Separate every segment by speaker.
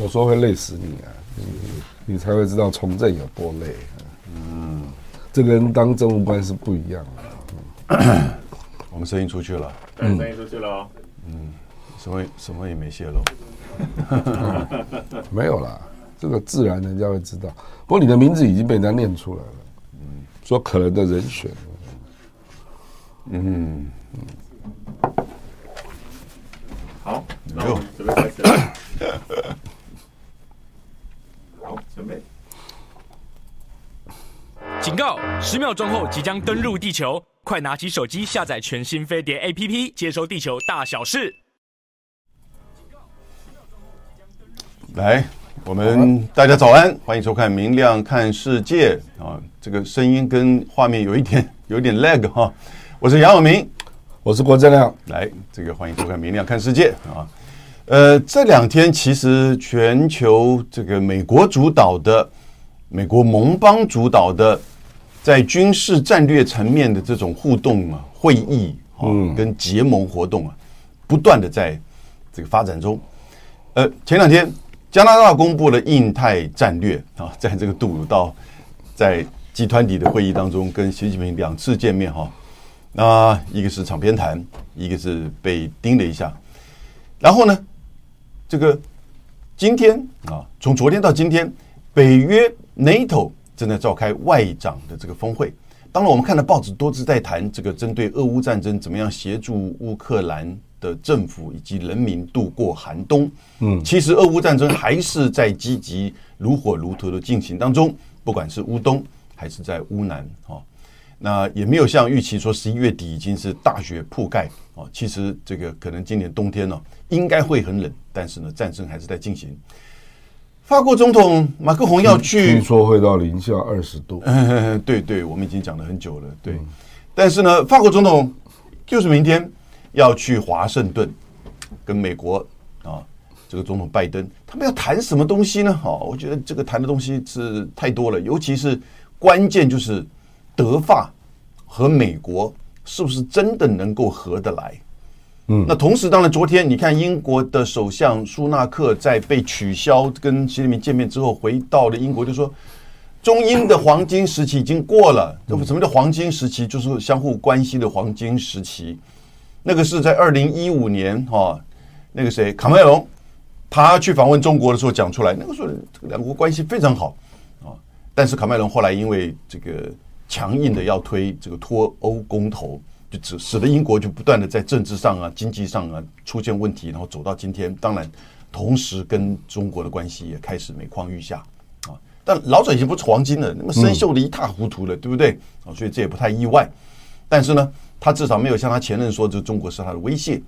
Speaker 1: 我说会累死你啊，你你才会知道从政有多累、啊。嗯，这跟当政务官是不一样的。
Speaker 2: 我们声音出去了，
Speaker 3: 对，声音出去了哦。
Speaker 2: 什么什么也没泄露。
Speaker 1: 没有啦，这个自然人家会知道。不过你的名字已经被人家念出来了，说可能的人选，
Speaker 3: 好，那我们准备开始了。好，准备。
Speaker 4: 警告！十秒钟后即将登陆地球，快拿起手机下载全新飞碟 APP，接收地球大小事。
Speaker 2: 来，我们大家早安，欢迎收看《明亮看世界》啊，这个声音跟画面有一点有一点 lag 哈、我是杨永明，
Speaker 1: 我是郭正亮。
Speaker 2: 来，这个欢迎收看《明亮看世界》啊。呃，这两天其实全球这个美国主导的、美国盟邦主导的，在军事战略层面的这种互动啊、会议啊、跟结盟活动啊，不断的在这个发展中。呃，前两天加拿大公布了印太战略啊， 在这个杜鲁道在集团体的会议当中跟习近平两次见面哈、那一个是场边谈，一个是被盯了一下。然后呢，这个今天啊，从昨天到今天，北约 NATO 正在召开外长的这个峰会。当然，我们看到报纸多次在谈这个针对俄乌战争怎么样协助乌克兰的政府以及人民度过寒冬。嗯，其实俄乌战争还是在积极如火如荼的进行当中，不管是乌东还是在乌南啊。那也没有像预期说十一月底已经是大雪铺盖哦。其实这个可能今年冬天呢、哦应该会很冷，但是呢战争还是在进行。法国总统马克宏要去
Speaker 1: 听说会到零下二十度，
Speaker 2: 呃， 对对，我们已经讲了很久了，对。但是呢，法国总统就是明天要去华盛顿，跟美国啊，这个总统拜登，他们要谈什么东西呢？哈、我觉得这个谈的东西是太多了，尤其是关键就是德法和美国是不是真的能够合得来？那同时，当然，昨天你看英国的首相苏纳克在被取消跟习近平见面之后，回到了英国，就说中英的黄金时期已经过了。那么什么叫黄金时期？就是相互关系的黄金时期。那个是在二零一五年哈、那个谁卡梅隆他去访问中国的时候讲出来，那个时候这个两国关系非常好啊。但是卡梅隆后来因为这个强硬的要推这个脱欧公投，就使使得英国就不断的在政治上啊、经济上啊出现问题，然后走到今天。当然，同时跟中国的关系也开始每况愈下啊。但老早已经不是黄金了，那么生锈的一塌糊涂了，对不对？啊，所以这也不太意外。但是呢，他至少没有像他前任说，这中国是他的威胁。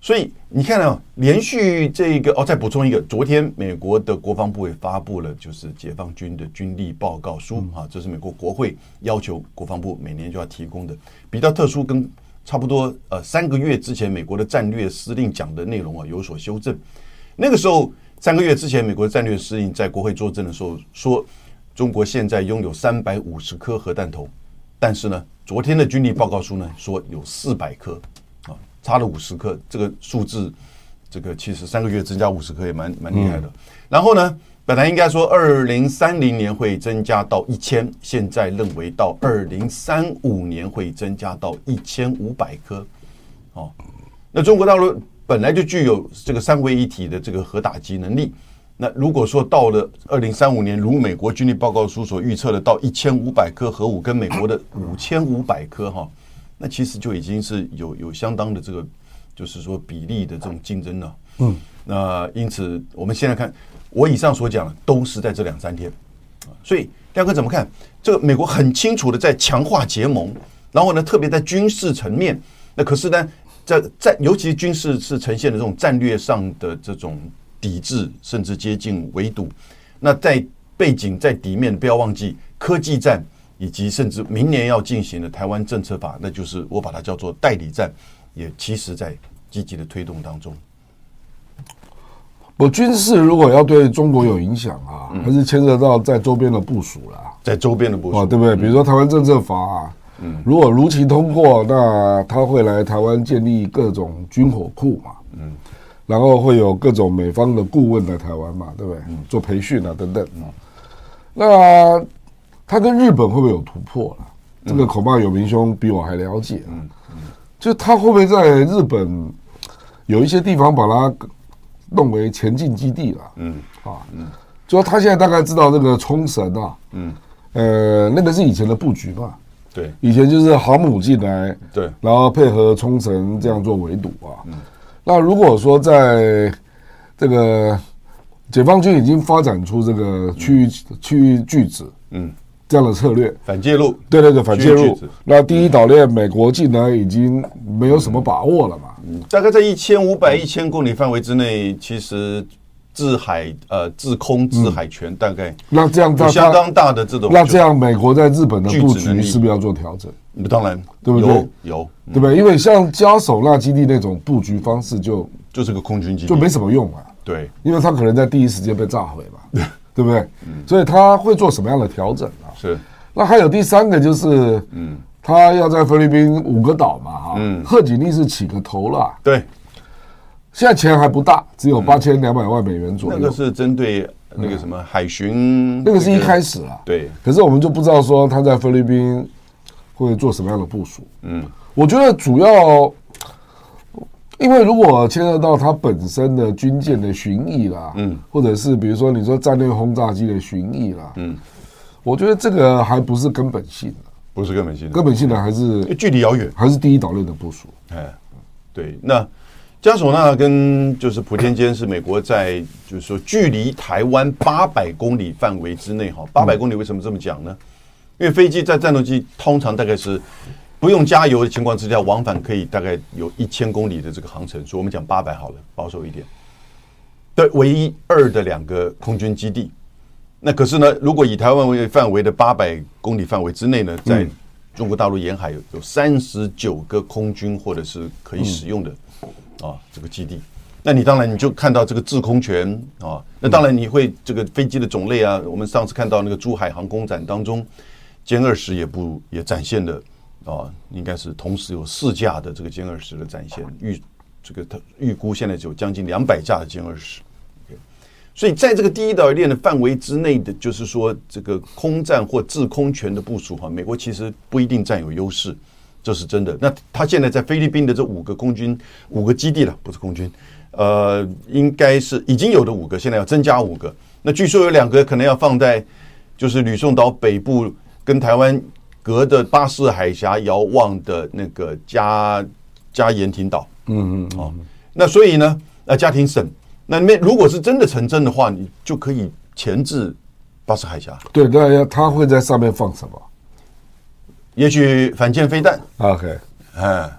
Speaker 2: 所以你看啊，连续这个哦，再补充一个，昨天美国的国防部也发布了就是解放军的军力报告书啊，这是美国国会要求国防部每年就要提供的，比较特殊，跟差不多呃三个月之前美国的战略司令讲的内容啊有所修正。那个时候三个月之前，美国的战略司令在国会作证的时候说，中国现在拥有三百五十颗核弹头，但是呢，昨天的军力报告书呢说有四百颗，啊，差了五十颗，这个数字，这个其实三个月增加五十颗也蛮蛮厉害的。然后呢，本来应该说二零三零年会增加到一千，现在认为到二零三五年会增加到一千五百颗，哦，那中国大陆本来就具有这个三位一体的这个核打击能力。那如果说到了二零三五年，如美国军力报告书所预测的，到一千五百颗核武跟美国的五千五百颗哈，那其实就已经是有有相当的这个，就是说比例的这种竞争了。嗯，那因此我们现在看，我以上所讲的都是在这两三天。所以亮哥怎么看？这呃个美国很清楚的在强化结盟，然后呢，特别在军事层面，那可是呢，在在尤其军事是呈现的这种战略上的这种抵制，甚至接近围堵。那在背景在底面，不要忘记科技战，以及甚至明年要进行的台湾政策法，那就是我把它叫做代理战，也其实在积极的推动当中。
Speaker 1: 我军事如果要对中国有影响啊，还是牵涉到在周边的部署啦。
Speaker 2: 在周边的部
Speaker 1: 哦，
Speaker 2: 署，嗯
Speaker 1: 对不对？比如说台湾政策法、啊，如果如期通过，那他会来台湾建立各种军火库嘛，嗯，然后会有各种美方的顾问来台湾嘛，对不对？
Speaker 2: 嗯
Speaker 1: 做培训啊等等啊。那他跟日本会不会有突破了、
Speaker 2: 嗯
Speaker 1: 这个恐怕有明兄比我还了解、啊。就他会不会在日本有一些地方把它弄为前进基地了？
Speaker 2: 嗯
Speaker 1: 啊，就说他现在大概知道这个冲绳啊，
Speaker 2: 嗯，
Speaker 1: 呃，那个是以前的布局嘛，
Speaker 2: 对
Speaker 1: 以前就是航母进来，
Speaker 2: 对嗯
Speaker 1: 然后配合冲绳这样做围堵啊。那如果说在这个解放军已经发展出这个区域区域拒止
Speaker 2: 嗯，
Speaker 1: 这样的策略，
Speaker 2: 反介入，
Speaker 1: 对对对，反介
Speaker 2: 区域
Speaker 1: 入
Speaker 2: 拒止。
Speaker 1: 那第一岛链美国进来已经没有什么把握了嘛，
Speaker 2: 大概在一千五百一千公里范围之内，其实制海呃制空制海权大概
Speaker 1: 嗯那这样
Speaker 2: 有
Speaker 1: 他
Speaker 2: 相
Speaker 1: 他
Speaker 2: 当大的这种，
Speaker 1: 那这样美国在日本的
Speaker 2: 拒止
Speaker 1: 布
Speaker 2: 能力
Speaker 1: 局是不是要做调整？
Speaker 2: 就当然
Speaker 1: 对不对
Speaker 2: 有有，
Speaker 1: 对不对？因为像加手纳基地那种布局方式就
Speaker 2: 就是个空军基地，
Speaker 1: 就没什么用啊。
Speaker 2: 对，
Speaker 1: 因为他可能在第一时间被炸毁嘛，对嗯不对？所以他会做什么样的调整啊？
Speaker 2: 是
Speaker 1: 那还有第三个就是，嗯，他要在菲律宾五个岛嘛，哈，贺锦丽是起个头了，
Speaker 2: 对，
Speaker 1: 现在钱还不大，只有八千两百万美元左
Speaker 2: 那
Speaker 1: 右，
Speaker 2: 个是针对那个什么海巡，
Speaker 1: 那个是一开始啊，
Speaker 2: 对，
Speaker 1: 可是我们就不知道说他在菲律宾会做什么样的部署。
Speaker 2: 嗯，
Speaker 1: 我觉得主要，因为如果牵涉到它本身的军舰的巡弋啦，嗯，或者是比如说你说战略轰炸机的巡弋啦，嗯，我觉得这个还不是根本性的，
Speaker 2: 不是根本性的，
Speaker 1: 根本性的还
Speaker 2: 因为
Speaker 1: 是
Speaker 2: 距离遥远，
Speaker 1: 还是第一岛链的部署。
Speaker 2: 哎，对，那加索纳跟就是普天间是美国在就是说距离台湾八百公里范围之内哈，八百公里为什么这么讲呢？因为飞机在战斗机通常大概是不用加油的情况之下，往返可以大概有一千公里的这个航程，所以我们讲八百好了，保守一点。对，唯一二的两个空军基地。那可是呢，如果以台湾为范围的八百公里范围之内呢，在中国大陆沿海有有三十九个空军或者是可以使用的啊这个基地。那你当然你就看到这个制空权啊，那当然你会这个飞机的种类啊，我们上次看到那个珠海航空展当中，歼二十也不也展现了啊，应该是同时有四架的这个歼二十的展现，预这个它预估现在只有将近两百架的歼二十。所以在这个第一岛链的范围之内的，就是说这个空战或制空权的部署哈，美国其实不一定占有优势，这是真的。那他现在在菲律宾的这五个空军五个基地了，不是空军，呃，应该是已经有的五个，现在要增加五个。那据说有两个可能要放在就是吕宋岛北部跟台湾隔着巴士海峡遥望的那个加加延廷岛，
Speaker 1: 嗯嗯，
Speaker 2: 哦，那所以呢，呃，家庭省，那里面如果是真的成真的话，你就可以前置巴士海峡，
Speaker 1: 对，那要他会在上面放什么
Speaker 2: 也许反舰飞弹，
Speaker 1: ？OK，
Speaker 2: 哎，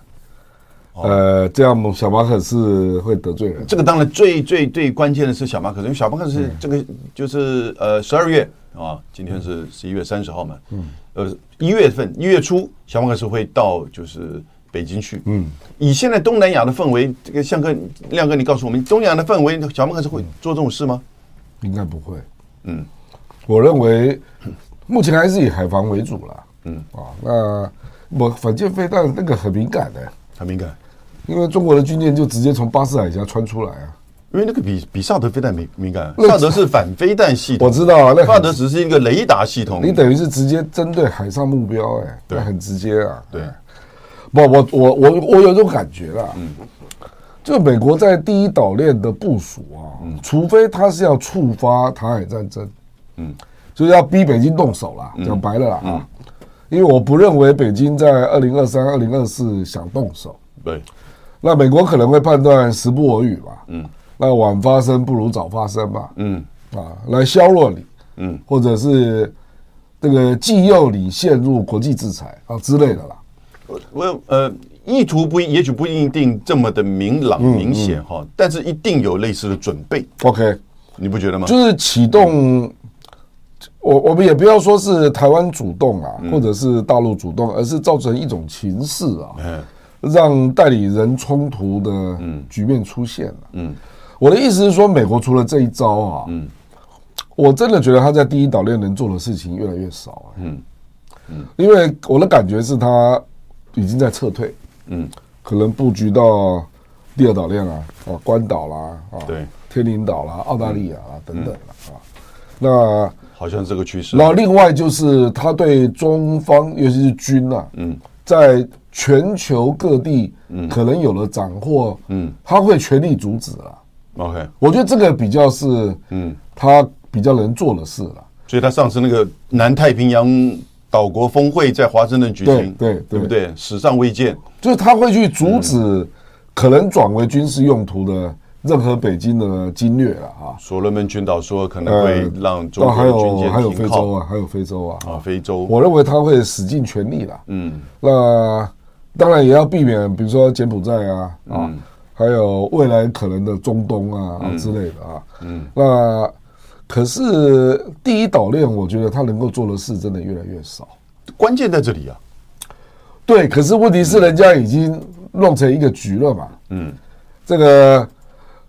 Speaker 1: 呃，这样小马可是会得罪人。
Speaker 2: 这个当然最最最关键的是小马可，因为小马可是这个就是呃十二月啊，今天是十一月三十号嘛，嗯，呃一月份一月初小马可是会到就是北京去，嗯，以现在东南亚的氛围，这个向哥亮哥你告诉我们，东南亚的氛围，小马可是会做这种事吗？
Speaker 1: 应该不会。
Speaker 2: 嗯，
Speaker 1: 我认为目前还是以海防为主了。嗯啊，那我反舰飞弹那个很敏感的、
Speaker 2: 很敏感。
Speaker 1: 因为中国的军舰就直接从巴士海峡穿出来啊。
Speaker 2: 因为那个比比萨德飞弹敏敏感，
Speaker 1: 那
Speaker 2: 萨德是反飞弹系统，
Speaker 1: 我知道啊，那
Speaker 2: 萨
Speaker 1: 很
Speaker 2: 德只是一个雷达系统。
Speaker 1: 你等于是直接针对海上目标、哎，
Speaker 2: 对
Speaker 1: 那很直接啊。
Speaker 2: 对
Speaker 1: 哎，不，我我我我有一种感觉啦，嗯，就美国在第一岛链的部署啊，除非他是要触发台海战争，
Speaker 2: 嗯
Speaker 1: 就是要逼北京动手啦，讲白了啦啊，因为我不认为北京在二零二三、二零二四想动手，
Speaker 2: 对，
Speaker 1: 那美国可能会判断时不我与嘛，嗯，那晚发生不如早发生嘛，
Speaker 2: 嗯
Speaker 1: 啊，来削弱你，
Speaker 2: 嗯，
Speaker 1: 或者是这个既诱你陷入国际制裁啊之类的啦。
Speaker 2: 我我呃意图不一也许不一定这么的明朗明
Speaker 1: 嗯
Speaker 2: 显哈，但是一定有类似的准备，
Speaker 1: OK，
Speaker 2: 你不觉得吗？
Speaker 1: 就是启动，我我们也不要说是台湾主动啊，
Speaker 2: 嗯
Speaker 1: 或者是大陆主动，而是造成一种情势啊，
Speaker 2: 嗯
Speaker 1: 让代理人冲突的局面出现了。
Speaker 2: 嗯
Speaker 1: 我的意思是说，美国除了这一招啊，我真的觉得他在第一岛链能做的事情越来越少、哎
Speaker 2: 嗯
Speaker 1: 因为我的感觉是他已经在撤退，
Speaker 2: 嗯
Speaker 1: 可能布局到第二岛链啊，啊，关岛啦，啊，
Speaker 2: 对，
Speaker 1: 天宁岛啦，澳大利亚啦等等啦，啊，那
Speaker 2: 好像这个趋势。
Speaker 1: 然后另外就是他对中方，尤其是军啊，嗯，在全球各地，嗯，可能有了斩获，嗯，他会全力阻止啊。
Speaker 2: OK，
Speaker 1: 我觉得这个比较是，嗯，他比较能做的事了。
Speaker 2: 所以他上次那个南太平洋岛国峰会在华盛顿举行，
Speaker 1: 对对
Speaker 2: 对不对？史上未见。
Speaker 1: 就是他会去阻止
Speaker 2: 嗯
Speaker 1: 可能转为军事用途的任何北京的侵略了啊。
Speaker 2: 所罗门群岛说可能
Speaker 1: 呃
Speaker 2: 会让中
Speaker 1: 那
Speaker 2: 国
Speaker 1: 还
Speaker 2: 的军
Speaker 1: 有还有
Speaker 2: 舰停
Speaker 1: 非洲
Speaker 2: 靠
Speaker 1: 啊，还有非洲啊，
Speaker 2: 啊，非洲。
Speaker 1: 我认为他会使尽全力了。
Speaker 2: 嗯，
Speaker 1: 那当然也要避免，比如说柬埔寨啊啊，
Speaker 2: 嗯
Speaker 1: 还有未来可能的中东啊啊之类的啊。嗯，那可是第一岛链，我觉得他能够做的事真的越来越少。
Speaker 2: 关键在这里啊。
Speaker 1: 对，可是问题是人家已经弄成一个局了嘛。
Speaker 2: 嗯
Speaker 1: 这个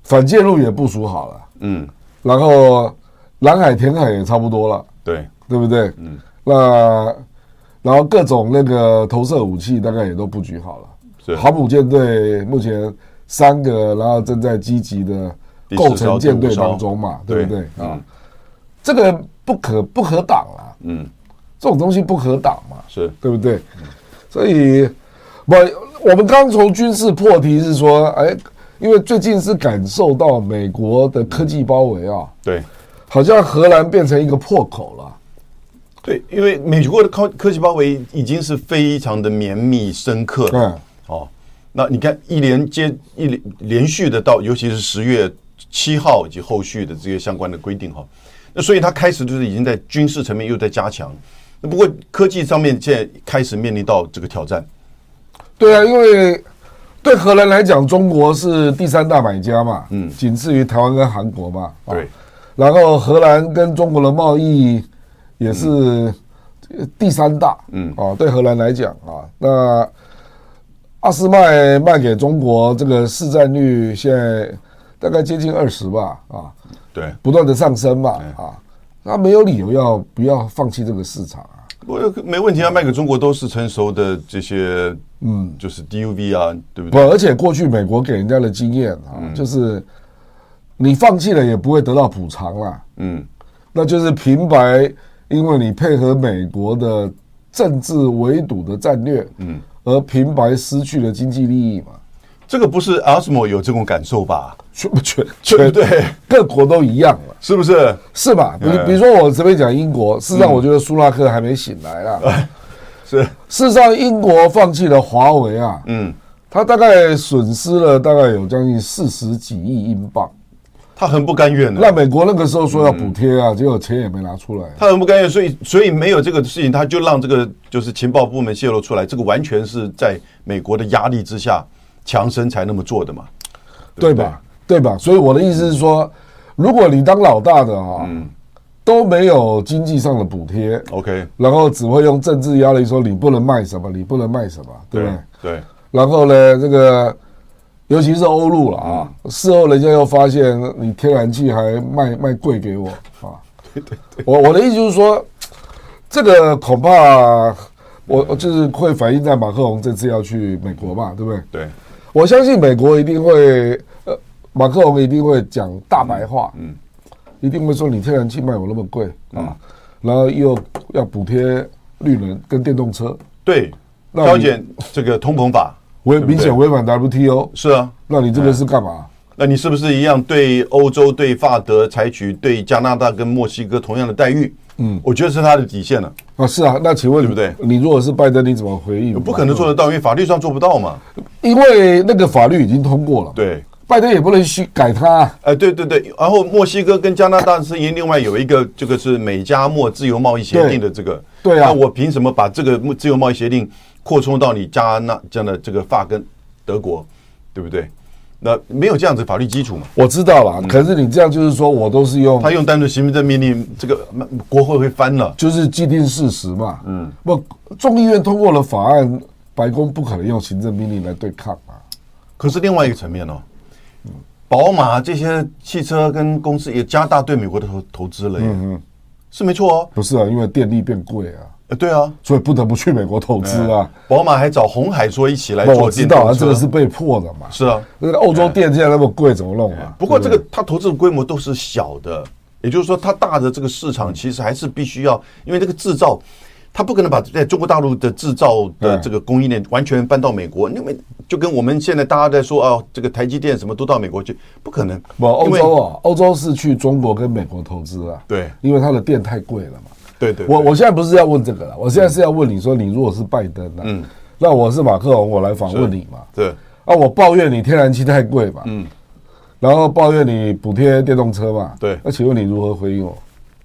Speaker 1: 反介入也部署好了，
Speaker 2: 嗯，
Speaker 1: 然后蓝海填海也差不多了，
Speaker 2: 对，
Speaker 1: 对不对？嗯。那然后各种那个投射武器大概也都布局好
Speaker 2: 是
Speaker 1: 了。航母舰队目前三个，然后正在积极的
Speaker 2: 第四艘
Speaker 1: 构成舰队当中嘛，
Speaker 2: 第五艘
Speaker 1: 对不对
Speaker 2: 对
Speaker 1: 啊？这个不可不可挡啊，
Speaker 2: 嗯，
Speaker 1: 这种东西不可挡嘛。
Speaker 2: 是
Speaker 1: 对不对？所以，不，我们刚从军事破题是说，哎，因为最近是感受到美国的科技包围啊，
Speaker 2: 对
Speaker 1: 好像荷兰变成一个破口了。
Speaker 2: 对，因为美国的科科技包围已经是非常的绵密深刻了。
Speaker 1: 嗯，
Speaker 2: 哦，那你看一连接一连连续的到，尤其是十月七号以及后续的这些相关的规定哈、那所以它开始就是已经在军事层面又在加强。那不过科技上面现在开始面临到这个挑战，
Speaker 1: 对啊，因为对荷兰来讲，中国是第三大买家嘛，嗯，仅次于台湾跟韩国嘛。啊
Speaker 2: 对。
Speaker 1: 然后荷兰跟中国的贸易也是呃第三大，嗯啊，对荷兰来讲啊，那阿斯麦卖给中国这个市占率现在大概接近二十吧，啊，
Speaker 2: 对，
Speaker 1: 不断的上升嘛，啊，那没有理由要不要放弃这个市场啊，
Speaker 2: 我没问题啊，卖给中国都是成熟的这些，嗯，就是 DUV 啊，对不
Speaker 1: 不，
Speaker 2: 对？
Speaker 1: 而且过去美国给人家的经验啊，就是你放弃了也不会得到补偿啦，
Speaker 2: 嗯，
Speaker 1: 那就是平白因为你配合美国的政治围堵的战略，嗯，而平白失去了经济利益嘛，
Speaker 2: 这个不是 Osmo 有这种感受吧？
Speaker 1: 全不 全
Speaker 2: 对不
Speaker 1: 全
Speaker 2: 对？
Speaker 1: 各国都一样了，
Speaker 2: 是不是？
Speaker 1: 是吧？比
Speaker 2: 嗯
Speaker 1: 比如说我这边讲英国，事实上我觉得苏拉克还没醒来啦。
Speaker 2: 是，
Speaker 1: 事实上，英国放弃了华为啊，
Speaker 2: 嗯，
Speaker 1: 它大概损失了大概有将近四十几亿英镑。
Speaker 2: 他很不甘愿的。
Speaker 1: 那美国那个时候说要补贴啊，结果钱也没拿出来。啊
Speaker 2: 他很不甘愿，所以所以没有这个事情，他就让这个就是情报部门泄露出来，这个完全是在美国的压力之下，强生才那么做的嘛，
Speaker 1: 对吧？对吧？所以我的意思是说，如果你当老大的哈、都没有经济上的补贴，
Speaker 2: ？OK，
Speaker 1: 然后只会用政治压力说你不能卖什么，你不能卖什么，对不对？
Speaker 2: 对，
Speaker 1: 然后呢，这个尤其是欧陆了啊，事后人家又发现嗯你天然气还卖卖贵给我啊。对对对，我我的意思就是说，这个恐怕我我就是会反映在马克龙这次要去美国嘛，对嗯不对？
Speaker 2: 对，
Speaker 1: 我相信美国一定会，呃，马克龙一定会讲大白话，嗯，一定会说你天然气卖我那么贵啊，然后又要补贴绿能跟电动车，
Speaker 2: 对，
Speaker 1: 那
Speaker 2: 挑
Speaker 1: 你
Speaker 2: 选这个通膨法
Speaker 1: 违
Speaker 2: 对不对
Speaker 1: 明显违反 WTO，
Speaker 2: 是啊，
Speaker 1: 那你这个是干嘛？
Speaker 2: 那你是不是一样对欧洲、对法德采取对加拿大跟墨西哥同样的待遇？嗯，我觉得是他的底线了，
Speaker 1: 啊，是啊，那请问
Speaker 2: 对不对
Speaker 1: 你如果是拜登，你怎么回应？
Speaker 2: 不可能做，得到，因为法律上做不到嘛。
Speaker 1: 因为那个法律已经通过了，，
Speaker 2: 对，
Speaker 1: 拜登也不能修改它啊。
Speaker 2: 哎，对对对，然后墨西哥跟加拿大是因另外有一个，这个是美加墨自由贸易协定的这个，
Speaker 1: 对啊
Speaker 2: 那我凭什么把这个墨自由贸易协定扩充到你加拿这样的这个法跟德国，对不对？那没有这样子法律基础嘛？
Speaker 1: 我知道了，可是你这样就是说我都是用
Speaker 2: 他用单纯行政命令，这个那国会会翻了。
Speaker 1: 就是既定事实嘛。嗯，不，众议院通过了法案，白宫不可能用行政命令来对抗嘛。
Speaker 2: 可是另外一个层面哦，宝马这些汽车跟
Speaker 1: 嗯
Speaker 2: 公司也加大对美国的投投资了耶，是没错哦。
Speaker 1: 不是啊，因为电力变贵啊，
Speaker 2: 呃对啊，
Speaker 1: 所以不得不去美国投资啊。
Speaker 2: 宝马还找红海说一起来
Speaker 1: 那
Speaker 2: 哎做
Speaker 1: 我知
Speaker 2: 电
Speaker 1: 道
Speaker 2: 动
Speaker 1: 啊，这
Speaker 2: 车，
Speaker 1: 个是被迫的嘛。
Speaker 2: 是啊。
Speaker 1: 那个欧洲电价那么贵，怎么弄啊？
Speaker 2: 不过这
Speaker 1: 对
Speaker 2: 个它投资的规模都是小的，也就是说它大的这个市场其实还是必须要，因为这个制造，它不可能把在中国大陆的制造的
Speaker 1: 对
Speaker 2: 这个供应链完全搬到美国，因为就跟我们现在大家在说啊，这个台积电什么都到美国去，不可能。
Speaker 1: 不，欧
Speaker 2: 因为
Speaker 1: 洲啊，欧洲是去中国跟美国投资啊。
Speaker 2: 对
Speaker 1: 因为它的电太贵了嘛。
Speaker 2: 对对，
Speaker 1: 我
Speaker 2: 对
Speaker 1: 我现在不是要问这个了，我现在是要问你说，你如果是拜登啊，
Speaker 2: 嗯
Speaker 1: 那我是马克龙，我来访问你嘛。
Speaker 2: 对
Speaker 1: 啊，我抱怨你天然气太贵嘛，嗯，然后抱怨你补贴电动车嘛，
Speaker 2: 对
Speaker 1: 那请问你如何回应我？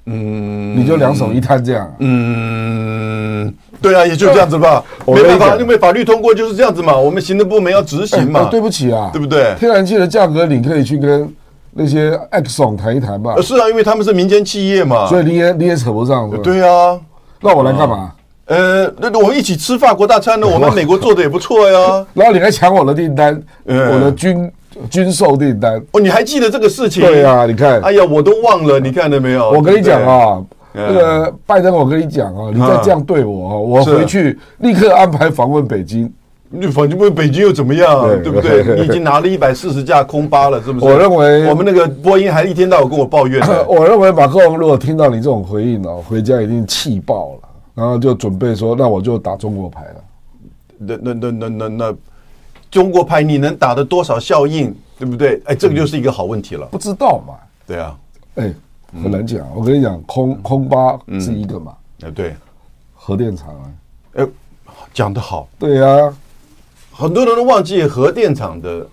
Speaker 2: 嗯
Speaker 1: 你就两手一摊这样啊、
Speaker 2: 嗯，对啊，也就这样子吧，
Speaker 1: 我
Speaker 2: 没办法，
Speaker 1: 理解
Speaker 2: 因为法律通过就是这样子嘛，我们行政部门要执行
Speaker 1: 哎
Speaker 2: 嘛，
Speaker 1: 那对不起啊，
Speaker 2: 对不对
Speaker 1: 天然气的价格你可以去跟那些 Exxon 谈一谈吧
Speaker 2: 呃，是啊，因为他们是民间企业嘛，
Speaker 1: 所以你也你也扯不上，是吧，
Speaker 2: 对啊，
Speaker 1: 那我来干嘛？
Speaker 2: 呃，那那我们一起吃法国 大餐呢，我们美国做的也不错呀。
Speaker 1: 然后你还抢我的订单，
Speaker 2: 嗯
Speaker 1: 我的军军售订单，
Speaker 2: 哦，你还记得这个事情？
Speaker 1: 对啊，你看，
Speaker 2: 哎呀，我都忘了，你看到没有？
Speaker 1: 我跟你讲啊，
Speaker 2: 对
Speaker 1: 那
Speaker 2: 嗯
Speaker 1: 个拜登，我跟你讲啊，你再这样对我啊，我
Speaker 2: 是
Speaker 1: 回去立刻安排访问北京。
Speaker 2: 对不对，你反正问北京又怎么样，对
Speaker 1: 对
Speaker 2: 不对？你已经拿了一百四十架空巴了，是不是？
Speaker 1: 我认为
Speaker 2: 我们那个波音还一天到晚跟我抱怨 呢
Speaker 1: 我认为马克龙如果听到你这种回应哦，回家一定气爆了，然后就准备说，那我就打中国牌了。
Speaker 2: 那那那那那那，中国牌你能打得多少效应，对不对？哎，这
Speaker 1: 嗯
Speaker 2: 个就是一个好问题了。
Speaker 1: 不知道嘛？
Speaker 2: 对啊，
Speaker 1: 哎，
Speaker 2: 嗯
Speaker 1: 很难讲。我跟你讲，空空巴是一个嘛，
Speaker 2: 哎对，
Speaker 1: 核电厂啊，
Speaker 2: 哎，讲得好，
Speaker 1: 对啊呀，
Speaker 2: 很多人都忘记核电厂的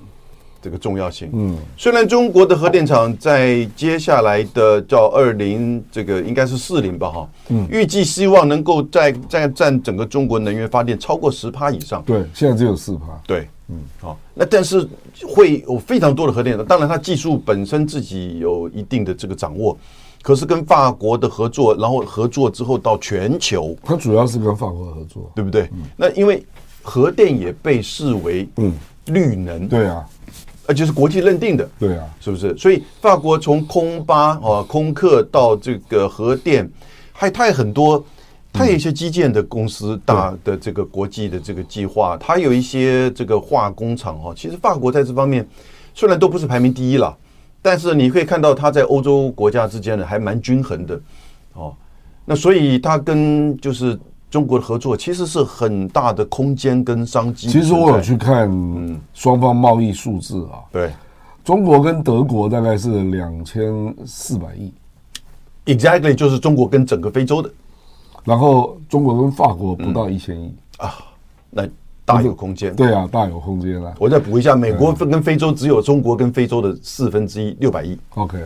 Speaker 2: 这个重要性。嗯，虽然中国的核电厂在接下来的叫二零这个应该是四零吧哈，嗯，预计希望能够在在占整个中国能源发电超过十趴以上。
Speaker 1: 对，现在只有四趴。
Speaker 2: 对，嗯，好、那但是会有非常多的核电厂，当然它技术本身自己有一定的这个掌握，可是跟法国的合作，然后合作之后到全球，
Speaker 1: 它主要是跟法国合作。
Speaker 2: 对不对？那因为核电也被视为嗯绿能，
Speaker 1: 对啊，
Speaker 2: 而呃且是国际认定的，
Speaker 1: 对啊，
Speaker 2: 是不是？所以法国从空巴啊、空客到这个核电，还它也很多，它有一些基建的公司
Speaker 1: 嗯
Speaker 2: 大的这个国际的这个计划，它有一些这个化工厂哦。其实法国在这方面虽然都不是排名第一了，但是你可以看到它在欧洲国家之间呢还蛮均衡的哦。那所以它跟就是中国的合作其实是很大的空间跟商机存
Speaker 1: 其
Speaker 2: 在。嗯
Speaker 1: 实我有去看双方贸易数字啊，
Speaker 2: 对
Speaker 1: 中国跟德国大概是两千四百亿，
Speaker 2: ，exactly 就是中国跟整个非洲的。
Speaker 1: 然后中国跟法国不到一千亿，
Speaker 2: 嗯那大有空间。，
Speaker 1: 对啊，大有空间啦。
Speaker 2: 我再补一下，美国跟非洲只有中国跟非洲的四分之一，六百亿。
Speaker 1: OK，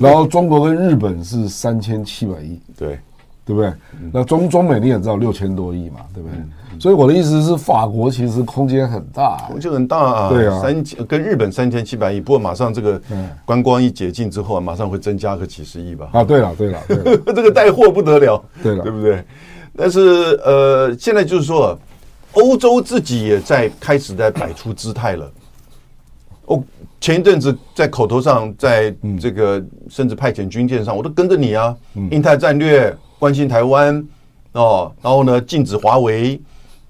Speaker 1: 然后中国跟日本是三千七百亿，
Speaker 2: 对，
Speaker 1: 对不对？
Speaker 2: 嗯
Speaker 1: 那中中美你也知道六千多亿嘛，对不对？所以我的意思是，法国其实空间很大，
Speaker 2: 空间很大啊。
Speaker 1: 对啊
Speaker 2: 三千跟日本三千七百亿，不过马上这个观光一解禁之后啊，马上会增加个几十亿吧。
Speaker 1: 啊。对了，对了，对了，
Speaker 2: 这个带货不得了，
Speaker 1: 对了
Speaker 2: 对不对？但是呃，现在就是说，欧洲自己也在开始在摆出姿态了。哦，前一阵子在口头上，在这个甚至派遣军舰上，我都跟着你啊，
Speaker 1: 嗯
Speaker 2: 印太战略，关心台湾哦，然后呢，禁止华为，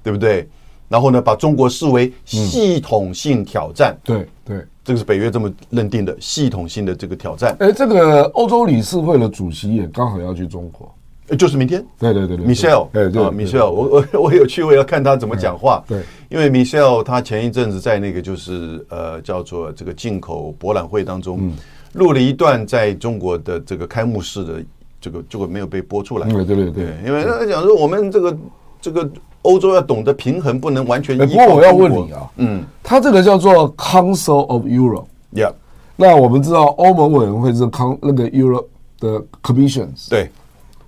Speaker 2: 对不对？然后呢，把中国视为
Speaker 1: 嗯
Speaker 2: 系统性挑战，
Speaker 1: 对对。
Speaker 2: 这个是北约这么认定的系统性的这个挑战，
Speaker 1: 哎，这个欧洲理事会的主席也刚好要去中国，
Speaker 2: 呃就是明天。
Speaker 1: 对对对对
Speaker 2: Michelle，
Speaker 1: 哎对
Speaker 2: 啊
Speaker 1: 对哎
Speaker 2: ，Michelle，我我 我有去，我要看他怎么讲话。
Speaker 1: 对对
Speaker 2: 因为 Michelle 他前一阵子在那个就是呃叫做这个进口博览会当
Speaker 1: 嗯
Speaker 2: 中，录了一段在中国的这个开幕式的这个结果没有被播出来。
Speaker 1: 嗯对对对
Speaker 2: 对，因为他讲说我们这个这个欧洲要懂得平衡，不能完全
Speaker 1: 哎，
Speaker 2: 依
Speaker 1: 不
Speaker 2: 靠
Speaker 1: 过我要
Speaker 2: 中
Speaker 1: 问
Speaker 2: 国
Speaker 1: 你啊，
Speaker 2: 嗯
Speaker 1: 它这个叫做 Council of Europe。
Speaker 2: ，Yeah，
Speaker 1: 那我们知道欧盟委员会是康那个 Europe 的 Commissions，
Speaker 2: 对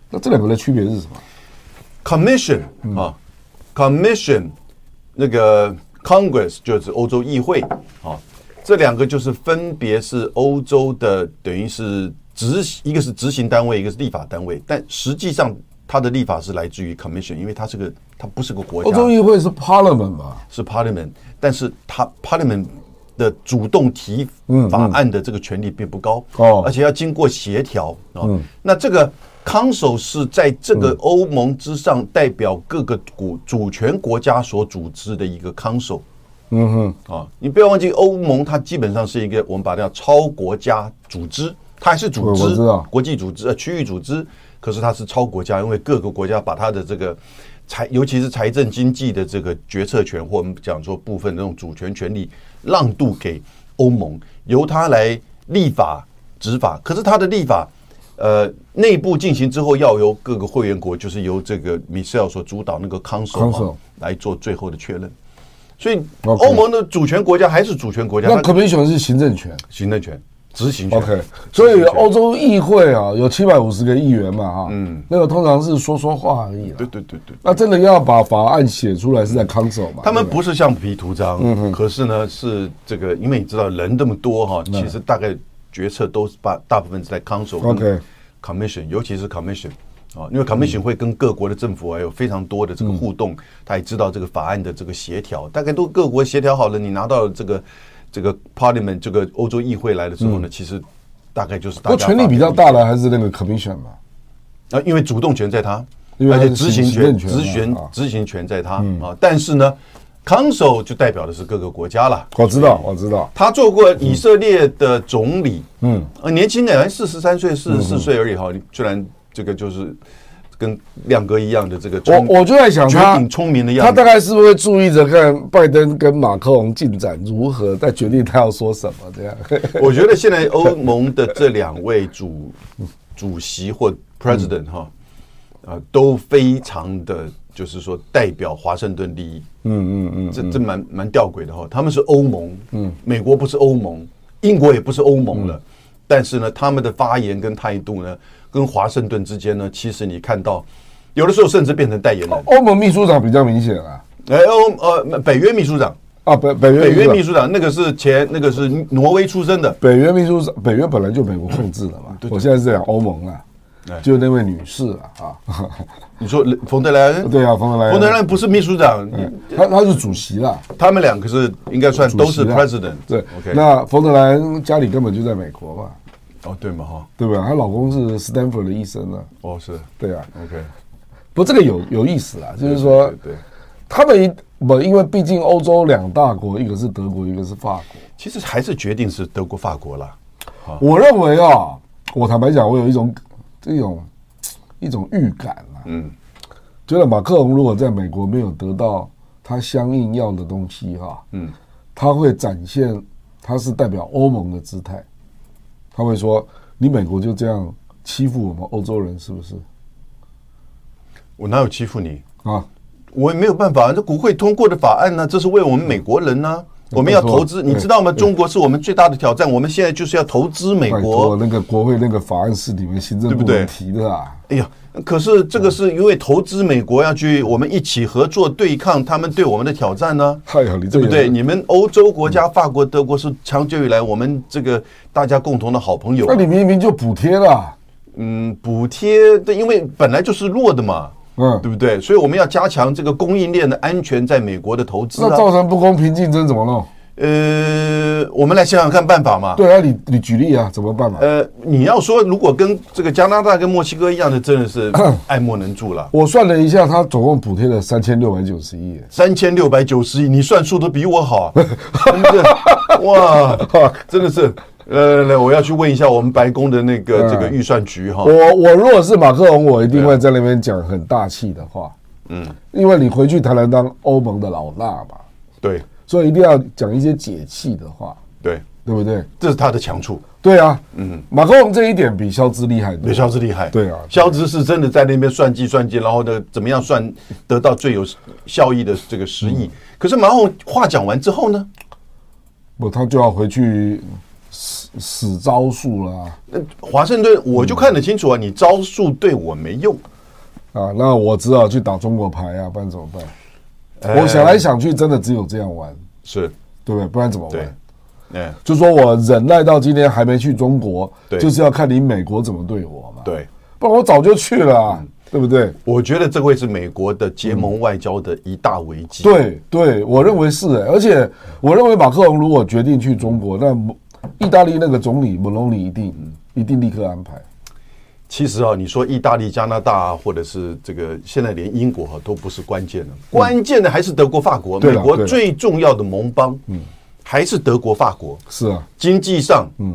Speaker 1: 那这两个的区别是什么？
Speaker 2: ，Commission
Speaker 1: 嗯
Speaker 2: 啊，Commission 那个 Congress 就是欧洲议会啊，这两个就是分别是欧洲的，等于是执一个是执行单位，一个是立法单位，但实际上它的立法是来自于 Commission，因为它是个它不是个国
Speaker 1: 欧洲
Speaker 2: 家，
Speaker 1: 议会是 Parliament 嘛？
Speaker 2: 是 Parliament，但是它 Parliament 的主动提法案的这个权力并不高，
Speaker 1: 哦嗯
Speaker 2: 而且要经过协调啊。那这个康首是在这个欧盟之上代表各个主主权国家所组织的一个康首。
Speaker 1: 嗯哼，
Speaker 2: 啊，你不要忘记，欧盟它基本上是一个我们把它叫超国家组织，它还是组织，
Speaker 1: 我我知道
Speaker 2: 国际组织、呃区域组织，可是它是超国家，因为各个国家把它的这个财，尤其是财政经济的这个决策权，或我们讲说部分那种主权权利让渡给欧盟，由它来立法执法。可是它的立法。呃，内部进行之后，要由各个会员国，就是由这个米歇尔所主导那个康首、
Speaker 1: Council
Speaker 2: 啊、来做最后的确认。所以
Speaker 1: OK
Speaker 2: 欧盟的主权国家还是主权国家，
Speaker 1: 那
Speaker 2: 啊那
Speaker 1: Commission 是行政权
Speaker 2: 行政权、执行权。
Speaker 1: ，OK，所以欧洲议会啊有七百五十个议员嘛哈，嗯，那个通常是说说话而已啦
Speaker 2: 对对对对，
Speaker 1: 那真的要把法案写出来是在 Council 嘛？
Speaker 2: 他们
Speaker 1: 对对
Speaker 2: 不是橡皮图
Speaker 1: 嗯
Speaker 2: 章，可是呢是这个，因为你知道人这么多
Speaker 1: 嗯
Speaker 2: 哈，其实大概决策都是把大部分是在 council 跟
Speaker 1: OK
Speaker 2: commission，尤其是 commission 啊，因为 commission 会跟各国的政府还有非常多的这个互动，他也知道这个法案的这个协调，大概都各国协调好了，你拿到这个这个 parliament 这个欧洲议会来了之后呢，其实大概就是
Speaker 1: 嗯
Speaker 2: 大
Speaker 1: 不过
Speaker 2: 家
Speaker 1: 权力
Speaker 2: 发
Speaker 1: 比
Speaker 2: 表
Speaker 1: 较
Speaker 2: 意见
Speaker 1: 大的还是那个 Commission 嘛？
Speaker 2: 啊，因为主动权在他，
Speaker 1: 因为
Speaker 2: 而
Speaker 1: 他
Speaker 2: 且
Speaker 1: 是
Speaker 2: 执行
Speaker 1: 行政
Speaker 2: 权、
Speaker 1: 权
Speaker 2: 执
Speaker 1: 嘛
Speaker 2: 行
Speaker 1: 啊
Speaker 2: 执行权在他啊。但是呢，Council 就代表的是各个国家了。
Speaker 1: 我知道，我知道，
Speaker 2: 他做过以色列的总理，嗯，呃，年轻的，四十三岁、四十四岁而已哈。
Speaker 1: 嗯
Speaker 2: 你居然这个就是跟亮哥一样的这个聪，
Speaker 1: 我我就在想
Speaker 2: 绝
Speaker 1: 他
Speaker 2: 顶聪明的
Speaker 1: 他
Speaker 2: 样
Speaker 1: 大
Speaker 2: 子。
Speaker 1: 概是不是会注意着看拜登跟马克龙进展如何，再决定他要说什么这样。
Speaker 2: 我觉得现在欧盟的这两位主 主席
Speaker 1: 嗯
Speaker 2: 或 president 哈，呃，都非常的就是说代表华盛顿利益。
Speaker 1: 嗯嗯嗯，
Speaker 2: 这这蛮蛮吊诡的哈、他们是欧盟，嗯，美国不是欧盟，英国也不是欧
Speaker 1: 嗯
Speaker 2: 盟了，但是呢，他们的发言跟态度呢，跟华盛顿之间呢，其实你看到，有的时候甚至变成代言人。
Speaker 1: 欧盟秘书长比较明显啊，
Speaker 2: 哎，欧呃，北约秘书长，
Speaker 1: 啊北北约
Speaker 2: 北约
Speaker 1: 长
Speaker 2: 秘书长那个是前那个是挪威出生的，
Speaker 1: 北约秘书长，北约本来就美国控制的嘛。我现在是讲欧盟啊
Speaker 2: 哎，
Speaker 1: 就那位女士啊， 啊，
Speaker 2: 你说冯德莱恩，
Speaker 1: 对啊，冯德莱
Speaker 2: 冯德莱
Speaker 1: 恩，
Speaker 2: 恩不是秘书长，
Speaker 1: 她她是主席啦，
Speaker 2: 他们两个是应该算都是
Speaker 1: 主席啦啊
Speaker 2: president，
Speaker 1: 对
Speaker 2: ，OK，，
Speaker 1: 那冯德莱恩家里根本就在美国嘛，
Speaker 2: 哦对嘛哈，
Speaker 1: 对吧？她老公是斯坦福的医生啊，
Speaker 2: 哦是
Speaker 1: 对啊。
Speaker 2: ，OK，
Speaker 1: 不，这个有有意思啦，就是说
Speaker 2: 对对对。
Speaker 1: 他们一不，因为毕竟欧洲两大国，一个是德国，一个是法国。
Speaker 2: 其实还是决定是德国、法国啦。
Speaker 1: 我认为啊，我坦白讲，我有一种这种一种预感啦，嗯，觉得马克龙如果在美国没有得到他相应要的东西哈、嗯，他会展现他是代表欧盟的姿态，他会说你美国就这样欺负我们欧洲人是不是
Speaker 2: 我哪有欺负你？
Speaker 1: 啊？
Speaker 2: 我也没有办法，啊这国会通过的法案呢，这是为我们美国人呢、我们要投资，
Speaker 1: 嗯没错
Speaker 2: 你知道吗？
Speaker 1: 对
Speaker 2: 中国是我们最大的挑战，我们现在就是要投资美
Speaker 1: 拜
Speaker 2: 国
Speaker 1: 托，。那个国会那个法案是你们行政部
Speaker 2: 对不对
Speaker 1: 门提的啊。
Speaker 2: 哎呀，可是这个是因为投资美国要去，我们一起合作对抗他们对我们的挑战呢、
Speaker 1: 哎呀，你这
Speaker 2: 对不
Speaker 1: 个
Speaker 2: 对？
Speaker 1: 人
Speaker 2: 你们欧洲国家，法国、德国是长久以来我们这个大家共同的好朋友啊、
Speaker 1: 哎那你明明就补贴了，啊
Speaker 2: 嗯，补贴对，因为本来就是弱的嘛，
Speaker 1: 嗯
Speaker 2: 对不对？所以我们要加强这个供应链的安全，在美国的投资、
Speaker 1: 那
Speaker 2: 啊。
Speaker 1: 造成不公平竞争怎么弄？
Speaker 2: 呃，我们来想想看办法嘛。
Speaker 1: 对啊，你你举例啊，怎么办嘛？
Speaker 2: 呃，你要说如果跟这个加拿大跟墨西哥一样的，真 的是爱莫能助了。
Speaker 1: 我算了一下，他总共补贴了三千六百九十亿。
Speaker 2: 三千六百九十亿，你算数的比我 好，真的哇，真的是。来来来，我要去问一下我们白宫的那个
Speaker 1: 嗯
Speaker 2: 这个预算局哈。
Speaker 1: 我我如果是马克龙，我一定会在那边讲很大气的话，啊嗯，因为你回去台湾当欧盟的老大嘛，
Speaker 2: 对
Speaker 1: 所以一定要讲一些解气的话，
Speaker 2: 对，
Speaker 1: 对不对？
Speaker 2: 这是他的强处。
Speaker 1: 对啊，嗯，马克龙这一点比肖兹厉害多
Speaker 2: 对，
Speaker 1: 了。
Speaker 2: 肖之厉害。
Speaker 1: 对啊
Speaker 2: 肖之是真的在那边算计算计，然后呢，怎么样算得到最有效益的这个十
Speaker 1: 嗯
Speaker 2: 亿？可是马后话讲完之后呢，
Speaker 1: 不，他就要回去死死招数啊啦。
Speaker 2: 呃华盛顿我就看得清楚啊，你招数对我没用。
Speaker 1: 啊，那我只好去打中国牌啊，不然怎么办？我想来想去，真的只有这样玩，
Speaker 2: 是，
Speaker 1: 对不对？不然怎么
Speaker 2: 对
Speaker 1: 玩？，
Speaker 2: 哎，
Speaker 1: 就说我忍耐到今天还没去中国，
Speaker 2: 对
Speaker 1: 就是要看你美国怎么对我嘛。，
Speaker 2: 对，嗯
Speaker 1: 不然我早就去了啊、对不对？
Speaker 2: 我觉得这会是美国的结盟外交的一大危机。，
Speaker 1: 对对，我认为是、哎而且我认为马克龙如果决定
Speaker 2: 嗯
Speaker 1: 去中国，那意大利那个总理莫隆尼一定一定立刻安排。
Speaker 2: 其实啊，你说意大利、加拿大、啊、或者是这个，现在连英国、啊、都不是关键的，关键的还是德国、法
Speaker 1: 嗯
Speaker 2: 国。
Speaker 1: 对
Speaker 2: 美
Speaker 1: 了
Speaker 2: 国
Speaker 1: 对了
Speaker 2: 最重要的盟邦，嗯，还是德国、法国。
Speaker 1: 是啊，
Speaker 2: 经济上，嗯，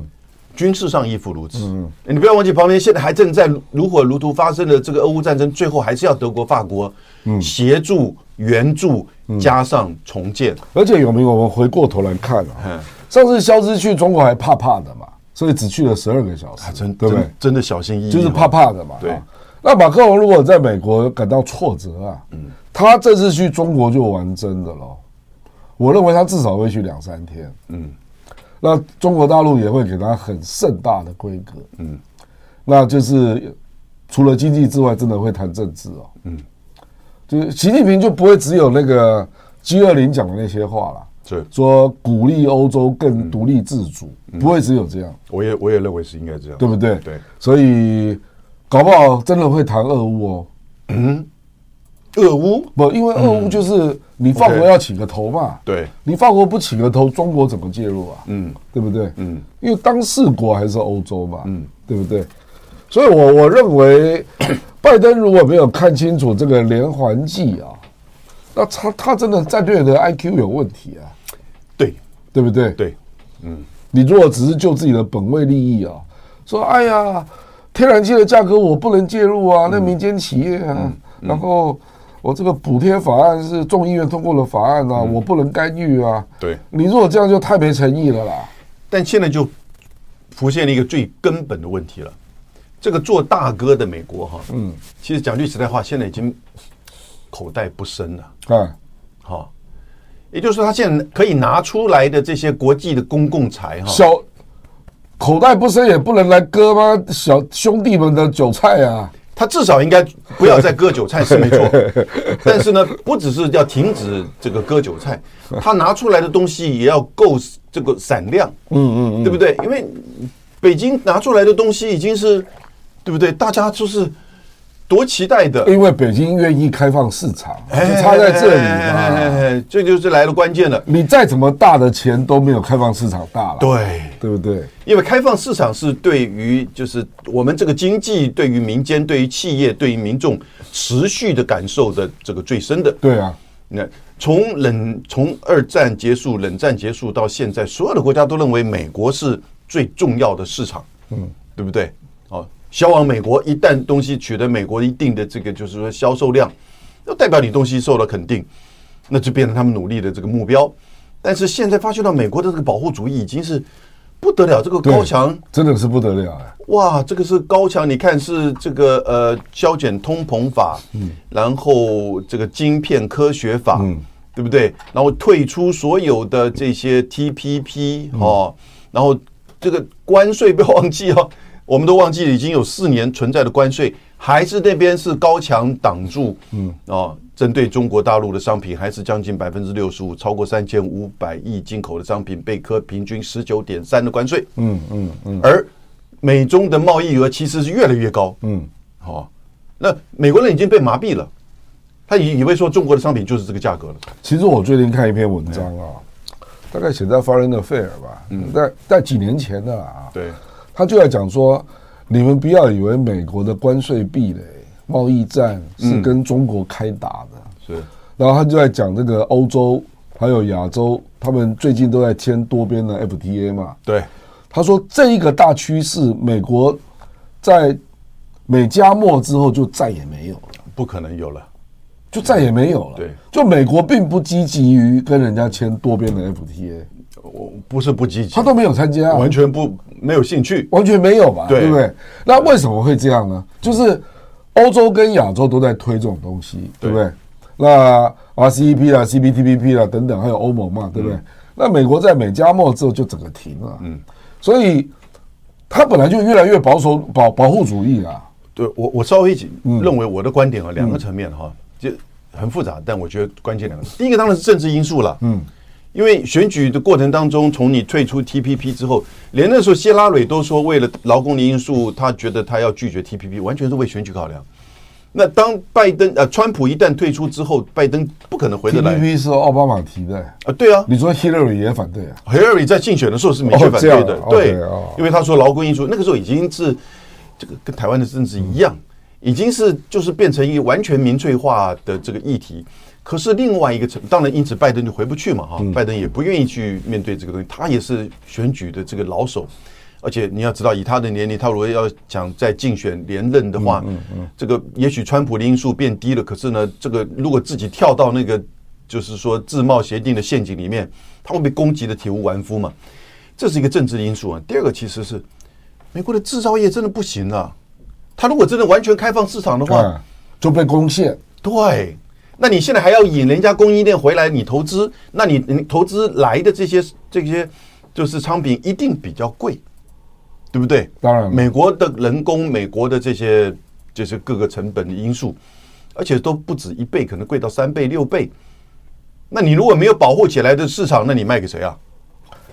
Speaker 2: 军事上亦复如此。嗯，你不要忘记，旁边现在还正在如火如荼发生的这个俄乌战争，最后还是要德国、法国
Speaker 1: 嗯
Speaker 2: 协助、援助，加上重建。
Speaker 1: 而且永明，我们回过头来看
Speaker 2: 嗯
Speaker 1: 啊，上次肖之去中国还怕怕的嘛，所以只去了十二个小时，
Speaker 2: 啊真
Speaker 1: 对不对
Speaker 2: 真？真的小心翼翼哦，
Speaker 1: 就是怕怕的嘛。
Speaker 2: 对
Speaker 1: 啊那马克龙如果在美国感到挫折啊，他这次去中国就玩真的喽。我认为他至少会去两三天。嗯，那中国大陆也会给他很盛大的规格。嗯，那就是除了经济之外，真的会谈政治哦。嗯，就是习近平就不会只有那个 G 二零讲的那些话了。
Speaker 2: 是
Speaker 1: 说鼓励欧洲更独立自主，不会只有这样。
Speaker 2: 我也我也认为是应该这样，
Speaker 1: 对不对？
Speaker 2: 对，
Speaker 1: 所以搞不好真的会谈俄乌哦。
Speaker 2: 俄乌
Speaker 1: 不，因为俄乌就是你法国
Speaker 2: OK
Speaker 1: 要起个头嘛，
Speaker 2: 对
Speaker 1: 你法国不起个头，中国怎么介入啊？嗯，对不对？嗯，因为当事国还是欧洲嘛，嗯，对不对？所以我，我认 为拜登如果没有看清楚这个连环计啊，那他他真的战略的 IQ 有问题啊，
Speaker 2: 对
Speaker 1: 对不对？
Speaker 2: 对，
Speaker 1: 你如果只是就自己的本位利益啊，说哎呀，天然气的价格我不能介入
Speaker 2: 嗯
Speaker 1: 啊，那民间企业啊，然后我这个补贴法案是众议院通过的法案啊，我不能干预啊。
Speaker 2: 嗯对
Speaker 1: 你如果这样就太没诚意了啦。
Speaker 2: 但现在就浮现了一个最根本的问题了。这个做大哥的美国哈，嗯，其实讲句实在话，现在已经口袋不深了
Speaker 1: 哎，
Speaker 2: 哈。也就是说，他现在可以拿出来的这些国际的公共财哈，
Speaker 1: 小口袋不深也不能来割吗？小兄弟们的韭菜啊，
Speaker 2: 他至少应该不要再割韭菜是没错。 但是呢，不只是要停止这个割韭菜，他拿出来的东西也要够这个闪亮，嗯嗯，对不对？因为北京拿出来的东西已经是，对不对？大家就是多期待的，
Speaker 1: 因为北京愿意开放市场，就
Speaker 2: 哎
Speaker 1: 差在这
Speaker 2: 哎哎
Speaker 1: 里嘛。
Speaker 2: 哎哎这就是来了关键了。
Speaker 1: 你再怎么大的钱都没有开放市场大了，
Speaker 2: 对，
Speaker 1: 对不对？
Speaker 2: 因为开放市场是对于就是我们这个经济对于民间、对于企业、对于民众持续的感受的这个最深的。
Speaker 1: 对啊，
Speaker 2: 那从冷从二战结束、冷战结束到现在，所有的国家都认为美国是最重要的市场，嗯，对不对？哦，销往美国，一旦东西取得美国一定的这个就是说销售量，那代表你东西受到肯定，那就变成他们努力的这个目标。但是现在发现到美国的这个保护主义已经是不得了，这个
Speaker 1: 对
Speaker 2: 高墙
Speaker 1: 真的是不得了、哎。
Speaker 2: 哇，这个是高墙，你看是这个呃削减通膨法，嗯，然后这个晶片科学法，嗯，对不对？然后退出所有的这些 TPP 哦，然后这个关税不要忘记哦， 我们都忘记了已经有四年存在的关税，还是那边是高墙挡住，嗯，哦，针对中国大陆的商品，还是将近百分之六十五，超过三千五百亿进口的商品被科平均十九点三的关税，嗯嗯嗯，而美中的贸易额其实是越来越高。嗯，好、那美国人已经被麻痹了，他以以为说中国的商品就是这个价格了。
Speaker 1: 其实我最近看一篇文章啊，大概写在《Foreign Affair》吧，在在几年前的啊，
Speaker 2: 对，
Speaker 1: 他就在讲说，你们不要以为美国的关税壁垒、贸易战是跟中国开打的，
Speaker 2: 是，
Speaker 1: 然后他就在讲这个欧洲还有亚洲，他们最近都在签多边的 FTA 嘛，
Speaker 2: 对，
Speaker 1: 他说这一个大趋势，美国在美加墨之后就再也没有了。
Speaker 2: 不可能有了。
Speaker 1: 就再也没有了。
Speaker 2: 对，
Speaker 1: 就美国并不积极于跟人家签多边的 FTA，
Speaker 2: 我不是不积极，
Speaker 1: 他都没有参加啊，
Speaker 2: 完全不没有兴趣。
Speaker 1: 完全没有吧？
Speaker 2: 对
Speaker 1: 对不对？那为什么会这样呢？就是欧洲跟亚洲都在推这种东西，对
Speaker 2: 对
Speaker 1: 不对？那 RCEP 啦、CPTPP 啦等等，还有欧盟嘛，对不对？
Speaker 2: 嗯
Speaker 1: 那美国在美加墨之后就整个停了，嗯，所以他本来就越来越保守、保保护主义啊，
Speaker 2: 对我，我稍微一起
Speaker 1: 嗯
Speaker 2: 认为我的观点啊，两个层面哈、就很复杂，但我觉得关键两个。第一个当然是政治因素了，嗯，因为选举的过程当中，从你退出 TPP 之后，连那时候希拉蕊都说，为了劳工的因素，他觉得他要拒绝 TPP，完全是为选举考量。那当拜登呃，川普一旦退出之后，拜登不可能回得来啊、
Speaker 1: TPP 是奥巴马提的，
Speaker 2: 对啊，
Speaker 1: 你说 Hillary 也反对啊？
Speaker 2: Hillary 在竞选的时候是明确
Speaker 1: 哦
Speaker 2: 反
Speaker 1: 这样
Speaker 2: 对
Speaker 1: 啊
Speaker 2: 的，
Speaker 1: OK，
Speaker 2: 对
Speaker 1: 哦，
Speaker 2: 因为他说劳工因素，那个时候已经是这个跟台湾的政治一样，已经是就是变成一个完全民粹化的这个议题。可是另外一个层，当然因此拜登就回不去嘛哈，拜登也不愿意去面对这个东西，他也是选举的这个老手。而且你要知道，以他的年龄，他如果要想再竞选连任的话，这个也许川普的因素变低了，可是呢，这个如果自己跳到那个就是说自贸协定的陷阱里面，他会被攻击的体无完肤嘛。这是一个政治的因素啊。第二个其实是美国的制造业真的不行啊，他如果真的完全开放市场的话，
Speaker 1: 啊，就被攻陷。
Speaker 2: 对，那你现在还要引人家供应链回来，你投资，那你你投资来的这些这些就是商品一定比较贵，对不对？
Speaker 1: 当然了
Speaker 2: 美国的人工，美国的这些就是各个成本的因素，而且都不止一倍，可能贵到三倍、六倍。那你如果没有保护起来的市场，那你卖给谁啊？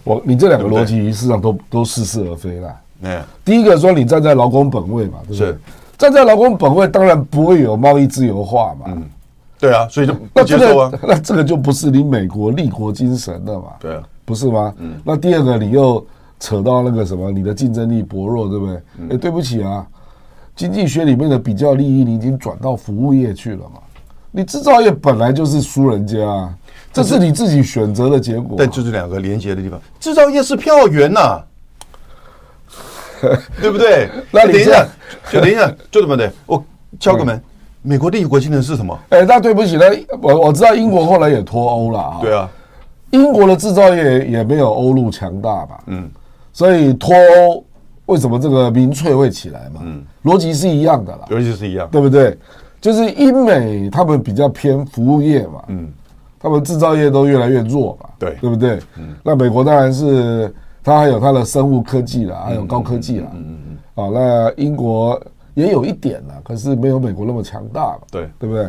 Speaker 1: 我你这两个
Speaker 2: 对不对
Speaker 1: 逻辑事实上都都似是而非啦。
Speaker 2: 哎，
Speaker 1: 第一个说你站在劳工本位嘛，对不对
Speaker 2: 是？
Speaker 1: 站在劳工本位，当然不会有贸易自由化嘛。
Speaker 2: 对啊，所以就
Speaker 1: 那
Speaker 2: 不
Speaker 1: 这
Speaker 2: 接受啊
Speaker 1: 个。那这个就不是你美国立国精神了嘛？
Speaker 2: 对啊
Speaker 1: 不是吗？那第二个你又扯到那个什么，你的竞争力薄弱，对不对？
Speaker 2: 嗯
Speaker 1: 哎，对不起啊，经济学里面的比较利益你已经转到服务业去了嘛？你制造业本来就是输人家啊，这是你自己选择的结果。
Speaker 2: 但就是两个连接的地方，制造业是票源呐、 对不对？
Speaker 1: 那你
Speaker 2: 等一
Speaker 1: 这嗯
Speaker 2: 下，就等一下，就这么的，我敲个门。美国的一国精神是什么？
Speaker 1: 哎，那对不起，那我我知道英国后来也脱欧了啊。
Speaker 2: 对啊，
Speaker 1: 英国的制造业也没有欧陆强大吧？嗯，所以脱欧为什么这个民粹会起来嘛？嗯，逻辑是一样的啦，
Speaker 2: 尤其是一样。
Speaker 1: 对不对？就是英美他们比较偏服务业嘛，嗯，他们制造业都越来越弱嘛，
Speaker 2: 对
Speaker 1: 对不对？嗯，那美国当然是它还有它的生物科技啦，还有高科技啦，嗯嗯嗯，好，那英国也有一点啦，可是没有美国那么强大嘛，
Speaker 2: 对
Speaker 1: 对不对？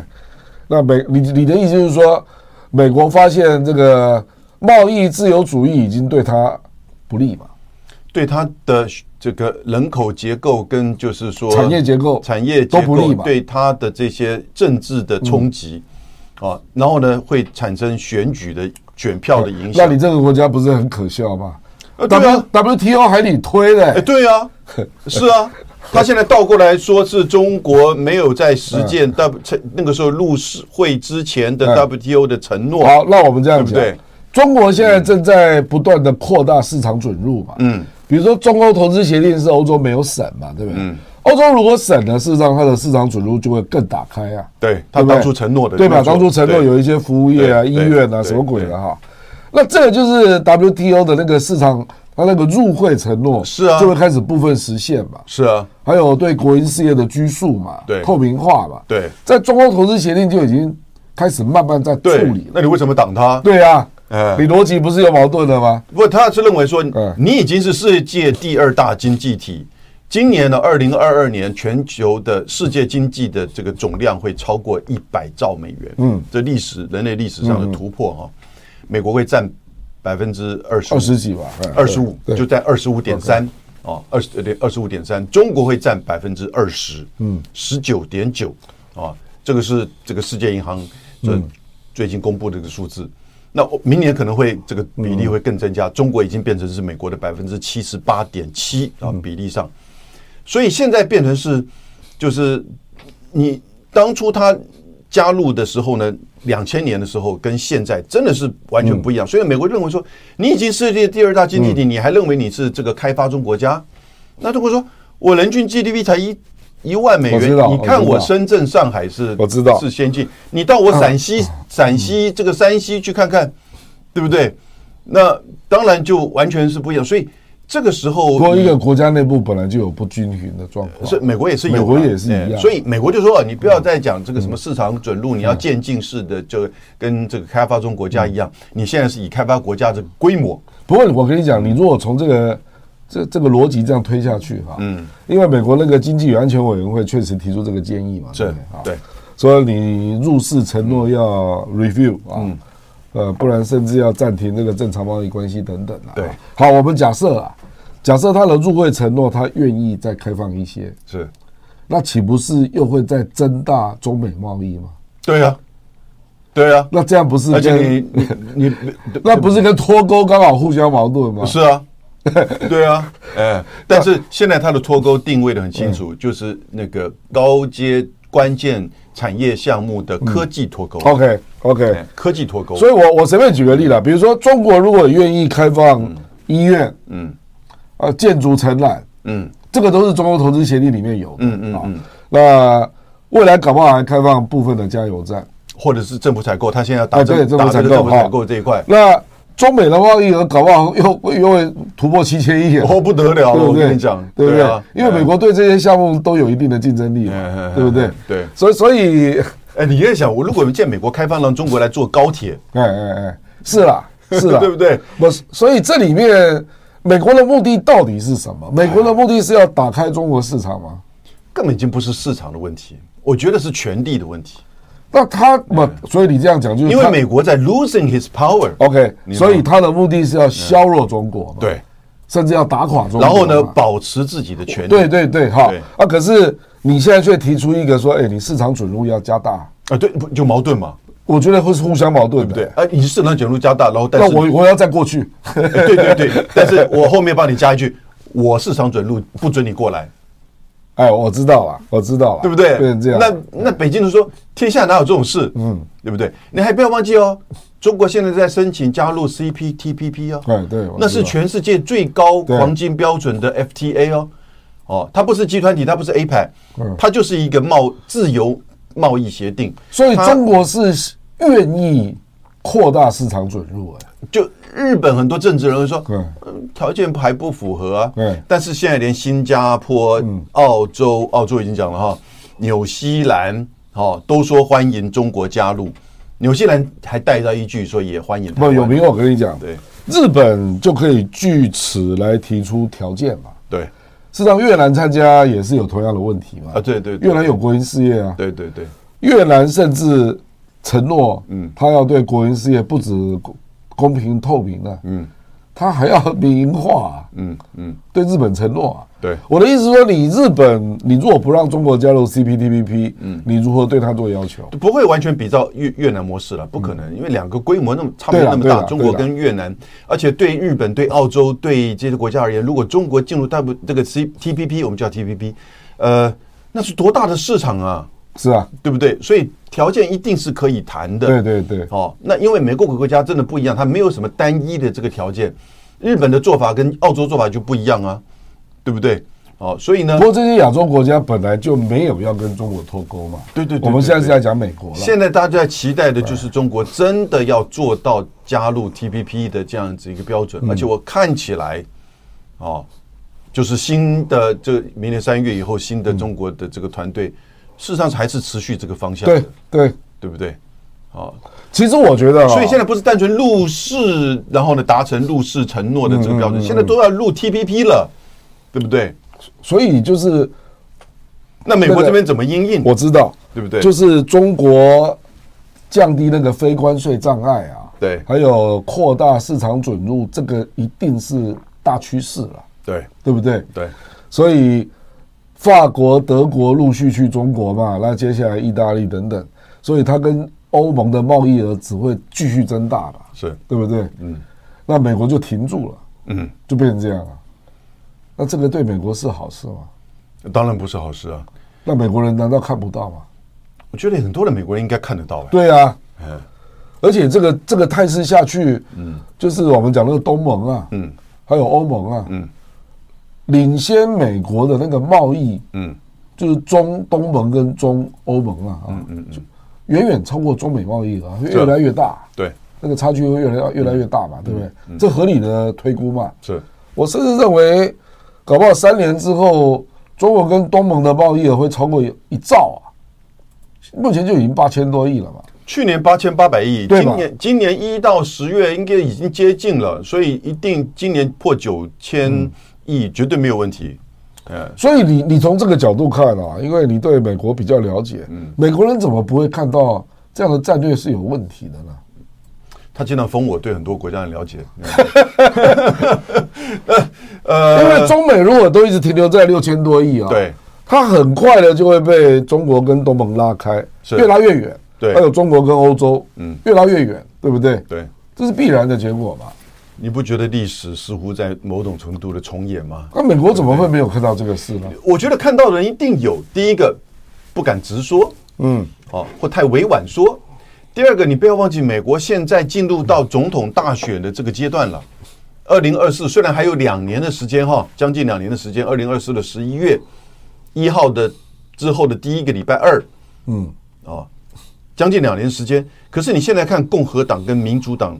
Speaker 1: 那美，你你的意思就是说，美国发现这个贸易自由主义已经对它不利嘛？
Speaker 2: 对它的这个人口结构跟就是说
Speaker 1: 产业结构
Speaker 2: 产业
Speaker 1: 都
Speaker 2: 结
Speaker 1: 不利
Speaker 2: 构
Speaker 1: 嘛
Speaker 2: 对它的这些政治的冲击
Speaker 1: 嗯
Speaker 2: 啊，然后呢会产生选举的选票的影
Speaker 1: 那
Speaker 2: 响
Speaker 1: 你。这个国家不是很可笑吗？
Speaker 2: 呃对啊
Speaker 1: W WTO 还你推嘞、
Speaker 2: 哎，对啊，是 啊，他现在倒过来说是中国没有在实践 W 那个时候入世会之前的
Speaker 1: 嗯
Speaker 2: WTO 的承诺。
Speaker 1: 好，那我们这样讲，
Speaker 2: 对不对
Speaker 1: 中国现在正在不断的扩大市场准入嘛，嗯，比如说中欧投资协定是欧洲没有审嘛，对不对？
Speaker 2: 嗯
Speaker 1: 欧洲如果审了，事实上它的市场准入就会更打开啊。
Speaker 2: 对他
Speaker 1: 对不对
Speaker 2: 当初承诺的，
Speaker 1: 对吧？
Speaker 2: 没错
Speaker 1: 当初承诺
Speaker 2: 对
Speaker 1: 有一些服务业啊、
Speaker 2: 对
Speaker 1: 医
Speaker 2: 对
Speaker 1: 院啊、
Speaker 2: 对
Speaker 1: 什么鬼的哈。那这个就是 WTO 的那个市场，它那个入会承诺
Speaker 2: 是啊
Speaker 1: 就会开始部分实现嘛。
Speaker 2: 是啊，
Speaker 1: 还有对国营事业的拘束嘛，
Speaker 2: 对
Speaker 1: 透明化嘛，
Speaker 2: 对
Speaker 1: 在中欧投资协定就已经开始慢慢在处
Speaker 2: 对
Speaker 1: 理，了。
Speaker 2: 那你为什么挡他？
Speaker 1: 对啊，
Speaker 2: 哎
Speaker 1: 你逻辑不是有矛盾的吗？
Speaker 2: 不过他是认为说
Speaker 1: 嗯，
Speaker 2: 你已经是世界第二大经济体。今年呢，二零二二年全球的世界经济的这个总量会超过一百兆美元，嗯，这历史人类历史上
Speaker 1: 嗯
Speaker 2: 的突破哈、美国会占百分之二十
Speaker 1: 二十几吧，哎
Speaker 2: 二十五
Speaker 1: 对
Speaker 2: 就在二十五点三哦，二十对二十五点三，中国会占百分之二十，嗯，十九点九啊，这个是这个世界银行
Speaker 1: 嗯
Speaker 2: 这最近公布的这个数字。那我明年可能会这个比例会更增加，中国已经变成是美国的百分之七十八点七啊
Speaker 1: 嗯
Speaker 2: 比例上，所以现在变成是就是你当初他加入的时候呢，两千年的时候跟现在真的是完全不一样。
Speaker 1: 嗯
Speaker 2: 所以美国认为说，你已经世界第二大经济体，你还认为你是这个开发中国家？那中国说，我人均 GDP 才一一万美
Speaker 1: 我
Speaker 2: 元
Speaker 1: 知，道
Speaker 2: 你看
Speaker 1: 我
Speaker 2: 我
Speaker 1: 知道
Speaker 2: 深圳、上海是
Speaker 1: 我知道嗯
Speaker 2: 是先进，你到我陕西、陕西这个山西去看看，对不对？那当然就完全是不一样。所以这个时
Speaker 1: 不
Speaker 2: 候，
Speaker 1: 过一个国家内部本来就有不均匀的状况，
Speaker 2: 是美国也是有啊，
Speaker 1: 美国也是一
Speaker 2: 哎
Speaker 1: 样嗯
Speaker 2: 所以美国就说，你不要再讲这个什么市场准入，你要渐进式的，就跟这个开发中国
Speaker 1: 嗯
Speaker 2: 家一样，你现在是以开发国家的规模，
Speaker 1: 不过我跟你讲，你如果从这个这这个逻辑这样推下去哈，嗯，因为美国那个经济与安全委员会确实提出这个建议嘛，
Speaker 2: 是
Speaker 1: 不啊
Speaker 2: 嗯对，嗯
Speaker 1: 说你入世承诺要 review 啊，呃，不然甚至要暂停这个正常贸易关系等等啊。
Speaker 2: 对，
Speaker 1: 好，我们假设啊，假设他的入会承诺，他愿意再开放一些，
Speaker 2: 是
Speaker 1: 那岂不是又会再增大中美贸易吗？
Speaker 2: 对啊，对啊，
Speaker 1: 那这样不是
Speaker 2: 而且
Speaker 1: 跟
Speaker 2: 你你你
Speaker 1: 那不是跟脱钩刚好互相矛盾吗？
Speaker 2: 是啊，对啊，哎，但是现在它的脱钩定位的很清
Speaker 1: 嗯
Speaker 2: 楚，就是那个高阶关键产业项目的科技脱钩。
Speaker 1: 嗯 OK OK，
Speaker 2: 哎科技脱钩。
Speaker 1: 所以我我随便举个例了，比如说中国如果愿意开放医院，
Speaker 2: 嗯
Speaker 1: 呃，建筑承揽，
Speaker 2: 嗯
Speaker 1: 这个都是中欧投资协定里面有的。
Speaker 2: 嗯嗯嗯
Speaker 1: 啊，那未来搞不好还开放部分的加油站。
Speaker 2: 或者是政府采购，他现在要打
Speaker 1: 哎
Speaker 2: 这
Speaker 1: 对
Speaker 2: 个
Speaker 1: 政府
Speaker 2: 打这
Speaker 1: 采
Speaker 2: 个
Speaker 1: 购
Speaker 2: 政府
Speaker 1: 哈
Speaker 2: 采购这一块，
Speaker 1: 那中美的贸易额搞不好又又会突破七千亿啊耶，
Speaker 2: 哦不得
Speaker 1: 对
Speaker 2: 了了，
Speaker 1: 不
Speaker 2: 我
Speaker 1: 对？
Speaker 2: 跟你讲，
Speaker 1: 对不对？
Speaker 2: 啊
Speaker 1: 因为美国对这些项目都有一定的竞争力嘛，
Speaker 2: 嗯嗯嗯
Speaker 1: 对不对
Speaker 2: 嗯？对
Speaker 1: 所以所 以，
Speaker 2: 哎，你在想，我如果我见美国开放让中国来做高铁，
Speaker 1: 哎哎哎，是啦，是啦，
Speaker 2: 对不对？
Speaker 1: 不是，所以这里面美国的目的到底是什么？美国的目的是要打开中国市场吗？
Speaker 2: 根本已经不是市场的问题，我觉得是权力的问题，
Speaker 1: 那他不，所以你这样讲就是
Speaker 2: 嗯因为
Speaker 1: 嗯他哦
Speaker 2: 美国在 losing his power。
Speaker 1: OK，
Speaker 2: 你知道
Speaker 1: 所以他的目的是要削弱中国嘛，
Speaker 2: 对，
Speaker 1: 甚至要打垮中国嘛。
Speaker 2: 然后呢，保持自己的权利。
Speaker 1: 哦对对对，哈
Speaker 2: 对
Speaker 1: 啊！可是你现在却提出一个说，哎，你市场准入要加大，
Speaker 2: 啊，对，不就矛盾嘛，
Speaker 1: 我觉得会是互相矛盾的。
Speaker 2: 对啊，你市场卷入加大，然后但
Speaker 1: 那
Speaker 2: 是
Speaker 1: 我我要再过去，
Speaker 2: 哎 对对对，但是我后面帮你加一句，我市场准入不准你过来，
Speaker 1: 哎，我知道了，我知道了，
Speaker 2: 对不对？
Speaker 1: 变成这样，
Speaker 2: 那那北京人说，天下哪有这种事？嗯，对不对？你还不要忘记哦，中国现在在申请加入 CPTPP 哦，
Speaker 1: 哎对我知道
Speaker 2: 那是全世界最高
Speaker 1: 对
Speaker 2: 黄金标准的 FTA 哦，哦，它不是集团体，它不是 APEC，它
Speaker 1: 嗯
Speaker 2: 就是一个贸自由贸易协定，
Speaker 1: 所以
Speaker 2: 它
Speaker 1: 中国是愿意扩大市场准入，哎，
Speaker 2: 就日本很多政治人会说
Speaker 1: 对，
Speaker 2: 嗯条件还不符合啊
Speaker 1: 对。嗯
Speaker 2: 但是现在连新加坡、澳洲，澳洲已经讲了哈，纽西兰哦都说欢迎中国加入，纽西兰还带到一句说也欢迎台
Speaker 1: 不
Speaker 2: 湾。
Speaker 1: 有名我跟你讲，
Speaker 2: 对
Speaker 1: 日本就可以据此来提出条件嘛。
Speaker 2: 对
Speaker 1: 事实际上，越南参加也是有同样的问题嘛。
Speaker 2: 啊，对对
Speaker 1: 越
Speaker 2: 对
Speaker 1: 南有国营事业啊，
Speaker 2: 对对对，
Speaker 1: 越南甚至承诺，嗯，他要对国营事业不止公公平透明的、嗯，他还要民营化、啊，
Speaker 2: 嗯嗯，
Speaker 1: 对日本承诺啊。
Speaker 2: 对
Speaker 1: 我的意思是说，你日本，你如果不让中国加入 CPTPP，嗯，你如何对他做要求？
Speaker 2: 不会完全比照越越南模式了，不可能，因为两个规模那么差别
Speaker 1: 对啦
Speaker 2: 那
Speaker 1: 嗯
Speaker 2: 么
Speaker 1: 对
Speaker 2: 大
Speaker 1: 啦，
Speaker 2: 中国跟越南，而且对日本、对澳洲、对这些国家而言，如果中国进入大部这个 C T P P，我们叫 T P P，呃，那是多大的市场啊，
Speaker 1: 是啊，
Speaker 2: 对不对？所以条件一定是可以谈的。
Speaker 1: 对对对，
Speaker 2: 哦，那因为每个国家真的不一样，它没有什么单一的这个条件。日本的做法跟澳洲做法就不一样啊，对不对？哦，所以呢
Speaker 1: 不，过这些亚洲国家本来就没有要跟中国脱钩嘛。
Speaker 2: 对对对对
Speaker 1: 我们现在是
Speaker 2: 对
Speaker 1: 在讲美国了。
Speaker 2: 现在大家在期待的就是中国真的要做到加入 TPP 的这样子一个标
Speaker 1: 嗯
Speaker 2: 准，而且我看起来，哦，就是新的这明年三月以后新的中国的这个团队，事实上还是持续这个方向的
Speaker 1: 嗯对，对，
Speaker 2: 对不对？哦，
Speaker 1: 其实我觉得、啊，
Speaker 2: 所以现在不是单纯入世，然后呢达成入世承诺的这个标
Speaker 1: 嗯
Speaker 2: 准，现在都要入 TPP 了，对不对？
Speaker 1: 所以就是
Speaker 2: 那美国这边怎么应应？
Speaker 1: 我知道，
Speaker 2: 对不对
Speaker 1: 就是中国降低那个非关税障碍啊，
Speaker 2: 对
Speaker 1: 还有扩大市场准入，这个一定是大趋势了，
Speaker 2: 对
Speaker 1: 对不对？
Speaker 2: 对，
Speaker 1: 所以法国、德国陆续去中国嘛，那接下来意大利等等，所以它跟欧盟的贸易额只会继续增大吧，
Speaker 2: 是
Speaker 1: 对不对？嗯，那美国就停住了，
Speaker 2: 嗯，
Speaker 1: 就变成这样了。那这个对美国是好事吗？
Speaker 2: 当然不是好事啊。
Speaker 1: 那美国人难道看不到吗？
Speaker 2: 我觉得很多的美国人应该看得到、哎
Speaker 1: 对啊，
Speaker 2: 嗯
Speaker 1: 而且这个这个态势下去，嗯，就是我们讲那个东盟啊，嗯，还有欧盟啊，嗯，领先美国的那个贸易，
Speaker 2: 嗯，
Speaker 1: 就是中东盟跟中欧盟啊，嗯嗯嗯，远远超过中美贸易啊，嗯会
Speaker 2: 是啊
Speaker 1: 越来越大，
Speaker 2: 对，
Speaker 1: 那个差距会越来越来越大嘛，对不对？这合理的推估嘛，
Speaker 2: 是
Speaker 1: 我甚至认为，搞不好三年之后，中国跟东盟的贸易额会超过一兆啊，目前就已经八千多亿了嘛。
Speaker 2: 去年八千八百亿，
Speaker 1: 对吧
Speaker 2: 今年今年一到十月应该已经接近了，所以一定今年破九
Speaker 1: 嗯
Speaker 2: 千亿绝对没有问题。嗯，
Speaker 1: 所以你你从这个角度看啊，因为你对美国比较了解，
Speaker 2: 嗯
Speaker 1: 美国人怎么不会看到这样的战略是有问题的呢？
Speaker 2: 他经常封我对很多国家的 了解，
Speaker 1: 因为中美如果都一直停留在六千多亿啊，
Speaker 2: 呃对，
Speaker 1: 它很快的就会被中国跟东盟拉开，
Speaker 2: 是
Speaker 1: 越拉越远，
Speaker 2: 对
Speaker 1: 还有中国跟欧洲，嗯，越拉越远，对不对？
Speaker 2: 对，
Speaker 1: 这是必然的结果嘛。
Speaker 2: 你不觉得历史似乎在某种程度的重演吗？
Speaker 1: 那美国怎么会没有看到这个事呢？
Speaker 2: 我觉得看到的人一定有，第一个不敢直说，嗯，哦，或太委婉说；第二个，你不要忘记，美国现在进入到总统大选的这个阶段了。二零二四虽然还有两年的时间哈，将近两年的时间，二零二四的十一月一号的之后的第一个礼拜二，嗯，哦，将近两年时间。可是你现在看共和党跟民主党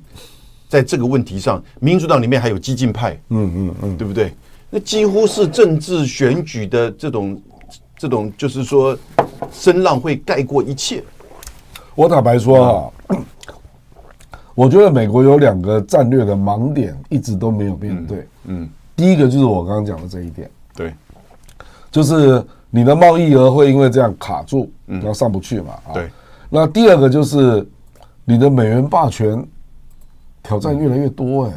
Speaker 2: 在这个问题上，民主党里面还有激进派，嗯嗯嗯，对不对？那几乎是政治选举的这种这种，就是说声浪会盖过一切。
Speaker 1: 我坦白说啊，我觉得美国有两个战略的盲点一直都没有面对。
Speaker 2: 嗯，
Speaker 1: 第一个就是我刚刚讲的这一点，
Speaker 2: 对，
Speaker 1: 就是你的贸易额会因为这样卡住，然后上不去嘛。啊
Speaker 2: 嗯对。
Speaker 1: 那第二个就是你的美元霸权挑战越来越多哎、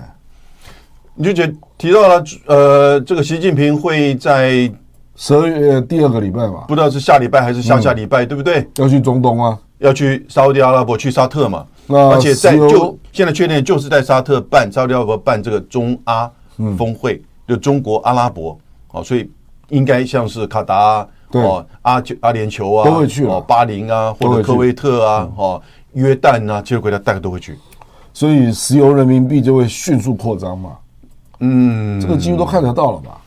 Speaker 2: 你就觉得提到了呃，这个习近平会在
Speaker 1: 十二月第二个礼拜嘛，
Speaker 2: 不知道是下礼拜还是下下礼拜，对不对？
Speaker 1: 要去中东啊。
Speaker 2: 要去沙特阿拉伯、去沙特嘛，
Speaker 1: 那
Speaker 2: 而且在
Speaker 1: 石油
Speaker 2: 就现在确定就是在沙特办沙特阿拉伯办这个中阿
Speaker 1: 嗯
Speaker 2: 峰会，就中国阿拉伯哦，所以应该像是卡达啊
Speaker 1: 对
Speaker 2: 哦、阿球阿联酋啊，
Speaker 1: 都会去啊
Speaker 2: 哦，巴林啊，
Speaker 1: 都
Speaker 2: 或
Speaker 1: 会
Speaker 2: 者
Speaker 1: 去嗯
Speaker 2: 科威特啊，哦，约旦啊，这些国家大概都会去。
Speaker 1: 所以石油人民币就会迅速扩张嘛。嗯，这个几乎都看得到了吧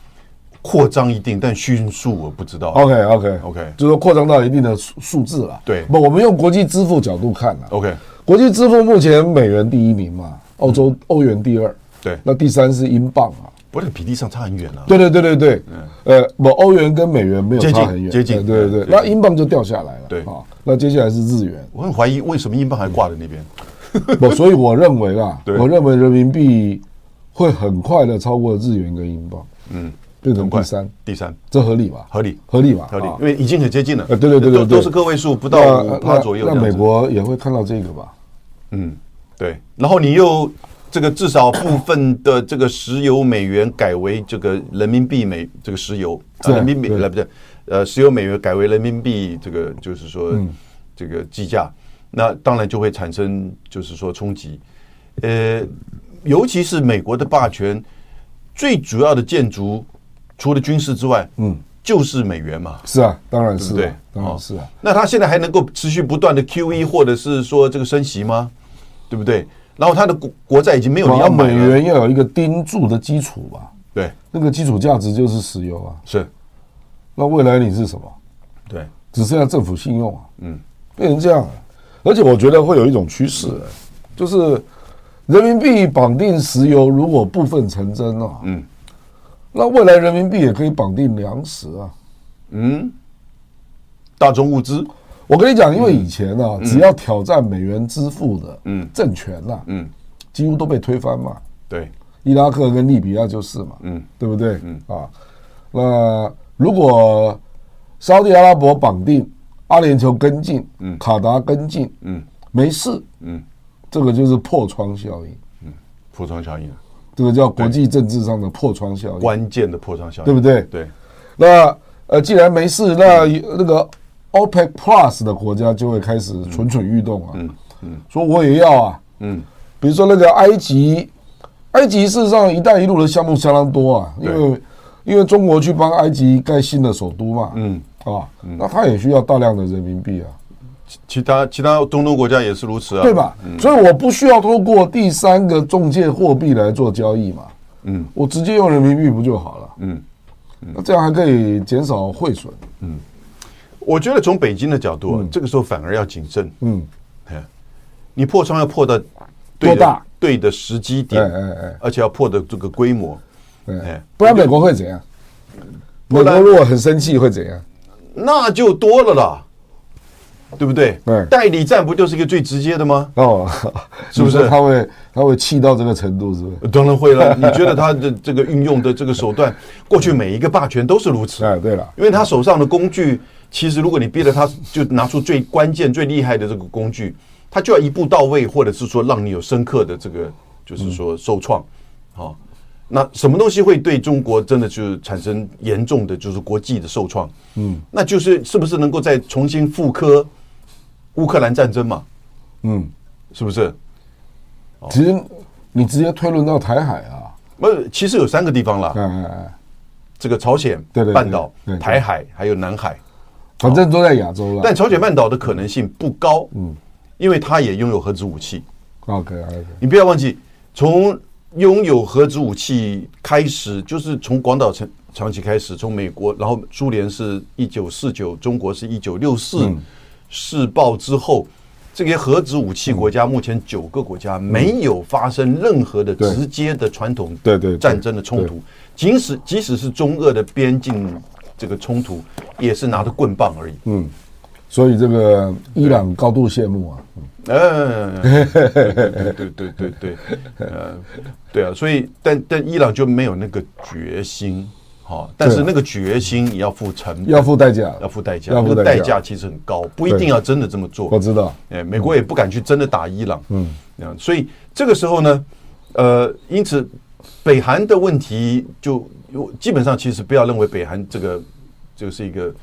Speaker 2: 扩张一定，但迅速我不知道。
Speaker 1: ？OK OK
Speaker 2: OK
Speaker 1: 就是说扩张到一定的数数字了。
Speaker 2: 对哦
Speaker 1: 不，我们用国际支付角度看了。
Speaker 2: OK，
Speaker 1: 国际支付目前美元第一名嘛，澳洲
Speaker 2: 嗯
Speaker 1: 欧元第二，
Speaker 2: 对，
Speaker 1: 那第三是英镑啊。
Speaker 2: 不过这个比例上差很远啊。
Speaker 1: 对对对对对，呃，不，欧元跟美元没有
Speaker 2: 接近
Speaker 1: 差很远，
Speaker 2: 接近
Speaker 1: 呃对对
Speaker 2: 对
Speaker 1: 对，那英镑就掉下来了。
Speaker 2: 对
Speaker 1: 啊，那接下来是日元。
Speaker 2: 我很怀疑为什么英镑还挂在那边。
Speaker 1: 不，所以我认为啦，
Speaker 2: 对
Speaker 1: 我认为人民币会很快的超过日元跟英镑，
Speaker 2: 嗯，
Speaker 1: 变成
Speaker 2: 很快
Speaker 1: 第三，
Speaker 2: 第三
Speaker 1: 这合理吧？
Speaker 2: 合理
Speaker 1: 合理吧？
Speaker 2: 合理
Speaker 1: 啊，
Speaker 2: 因为已经很接近了。
Speaker 1: 呃对对对对
Speaker 2: 都
Speaker 1: 对
Speaker 2: 都是个位数，不
Speaker 1: 那
Speaker 2: 到五
Speaker 1: 那
Speaker 2: 趴左右这
Speaker 1: 那
Speaker 2: 样子。
Speaker 1: 美国也会看到这个吧？
Speaker 2: 嗯，对。然后你又这个至少部分的这个石油美元改为这个人民币美这个石油，啊、
Speaker 1: 对
Speaker 2: 人民币
Speaker 1: 对
Speaker 2: 呃不对，呃石油美元改为人民币这个就是说、这个计价，那当然就会产生就是说冲击，呃，尤其是美国的霸权最主要的建筑，除了军事之外，嗯，就是美元嘛。
Speaker 1: 是啊，当然是、啊，
Speaker 2: 对不对
Speaker 1: 当然是啊。
Speaker 2: 那他现在还能够持续不断的 Q E 或者是说这个升息吗？对不对？然后他的国国债已经没有人
Speaker 1: 然
Speaker 2: 要
Speaker 1: 后
Speaker 2: 买
Speaker 1: 美
Speaker 2: 了，
Speaker 1: 元要有一个盯住的基础吧，
Speaker 2: 对，
Speaker 1: 那个基础价值就是石油啊。
Speaker 2: 是，
Speaker 1: 那未来你是什么？
Speaker 2: 对，
Speaker 1: 只剩下政府信用啊，嗯，变成这样了。而且我觉得会有一种趋势，就是人民币绑定石油，如果部分成真啊，
Speaker 2: 嗯，
Speaker 1: 那未来人民币也可以绑定粮食啊。
Speaker 2: 嗯，大宗物资，
Speaker 1: 我跟你讲，因为以前啊，只要挑战美元支付的
Speaker 2: 嗯
Speaker 1: 政权呐、
Speaker 2: 嗯，
Speaker 1: 几乎都被推翻嘛。
Speaker 2: 对，
Speaker 1: 伊拉克跟利比亚就是嘛，
Speaker 2: 嗯，
Speaker 1: 对不对？嗯啊，那如果沙特阿拉伯绑定，阿联酋跟进，嗯，卡达跟进，
Speaker 2: 嗯，
Speaker 1: 没事，
Speaker 2: 嗯，
Speaker 1: 这个就是破窗效应，
Speaker 2: 破窗效应，
Speaker 1: 这个叫国际政治上的破窗效应，
Speaker 2: 关键的破窗效应，
Speaker 1: 对不对？
Speaker 2: 对，
Speaker 1: 那呃，既然没事，
Speaker 2: 嗯
Speaker 1: 那那个 OPEC Plus 的国家就会开始蠢蠢欲动啊，嗯嗯，说我也要啊，
Speaker 2: 嗯，
Speaker 1: 比如说那个埃及，埃及事实上“一带一路”的项目相当多啊，因为因为中国去帮埃及盖新的首都嘛，
Speaker 2: 嗯，
Speaker 1: 啊，那他也需要大量的人民币啊，
Speaker 2: 其他其他中东国家也是如此啊，
Speaker 1: 对？吧？所以我不需要通过第三个中介货币来做交易嘛，
Speaker 2: 嗯，
Speaker 1: 我直接用人民币不就好了？
Speaker 2: 嗯，
Speaker 1: 那这样还可以减少汇损，
Speaker 2: 我觉得从北京的角度啊，这个时候反而要谨慎，
Speaker 1: 嗯，
Speaker 2: 哎你破窗要破到对
Speaker 1: 多
Speaker 2: 的
Speaker 1: 大
Speaker 2: 对的时机
Speaker 1: 哎
Speaker 2: 点，
Speaker 1: 哎哎，
Speaker 2: 而且要破的这个规模，
Speaker 1: 对
Speaker 2: 哎，
Speaker 1: 不然美国会怎样？美国如果很生气会怎样？
Speaker 2: 那就多了啦，对不对？
Speaker 1: 对
Speaker 2: 代理战不就是一个最直接的吗？
Speaker 1: 哦，
Speaker 2: 是不是
Speaker 1: 你说他会他会气到这个程度，是不是？
Speaker 2: 当然会了。你觉得他的这个运用的这个手段，过去每一个霸权都是如此，
Speaker 1: 哎，对了，
Speaker 2: 因为他手上的工具，其实如果你逼着他，就拿出最关键、最厉害的这个工具，他就要一步到位，或者是说让你有深刻的这个，就是说受创。好、那什么东西会对中国真的就是产生严重的就是国际的受创？嗯，那就是是不是能够再重新复刻乌克兰战争嘛？
Speaker 1: 嗯，
Speaker 2: 是不是？
Speaker 1: 其实你直接推论到台海啊，
Speaker 2: 不是，其实有三个地方啦，
Speaker 1: 哎哎哎，
Speaker 2: 这个朝鲜
Speaker 1: 对对对
Speaker 2: 半岛
Speaker 1: 对对、对
Speaker 2: 台海还有南海，
Speaker 1: 反正都在亚洲了。
Speaker 2: 但朝鲜半岛的可能性不高，嗯，因为它也拥有核子武器。
Speaker 1: OK OK，
Speaker 2: 你不要忘记，从拥有核子武器开始，就是从广岛长长崎开始，从美国，然后苏联是一九四九，中国是一九六四
Speaker 1: 嗯
Speaker 2: 试爆之后，这些核子武器国家目前九个国家没有发生任何的
Speaker 1: 对
Speaker 2: 直接的传统
Speaker 1: 对对对
Speaker 2: 战争的冲突，即使即使是中俄的边境这个冲突，也是拿着棍棒而已。
Speaker 1: 所以这个伊朗高度羡慕啊，
Speaker 2: 嗯，对对对对对，呃，对啊，所以但但伊朗就没有那个决心，哈，但是那个决心也要付成本，
Speaker 1: 要付代价，
Speaker 2: 要付代价，
Speaker 1: 要付
Speaker 2: 那个
Speaker 1: 代
Speaker 2: 代
Speaker 1: 价
Speaker 2: 价其实很高，不一定要真的这么
Speaker 1: 我
Speaker 2: 做。
Speaker 1: 知道，
Speaker 2: 哎，美国也不敢去真的打伊朗，嗯，所以这个时候呢，呃，因此北韩的问题就基本上其实不要认为北韩这个就是一个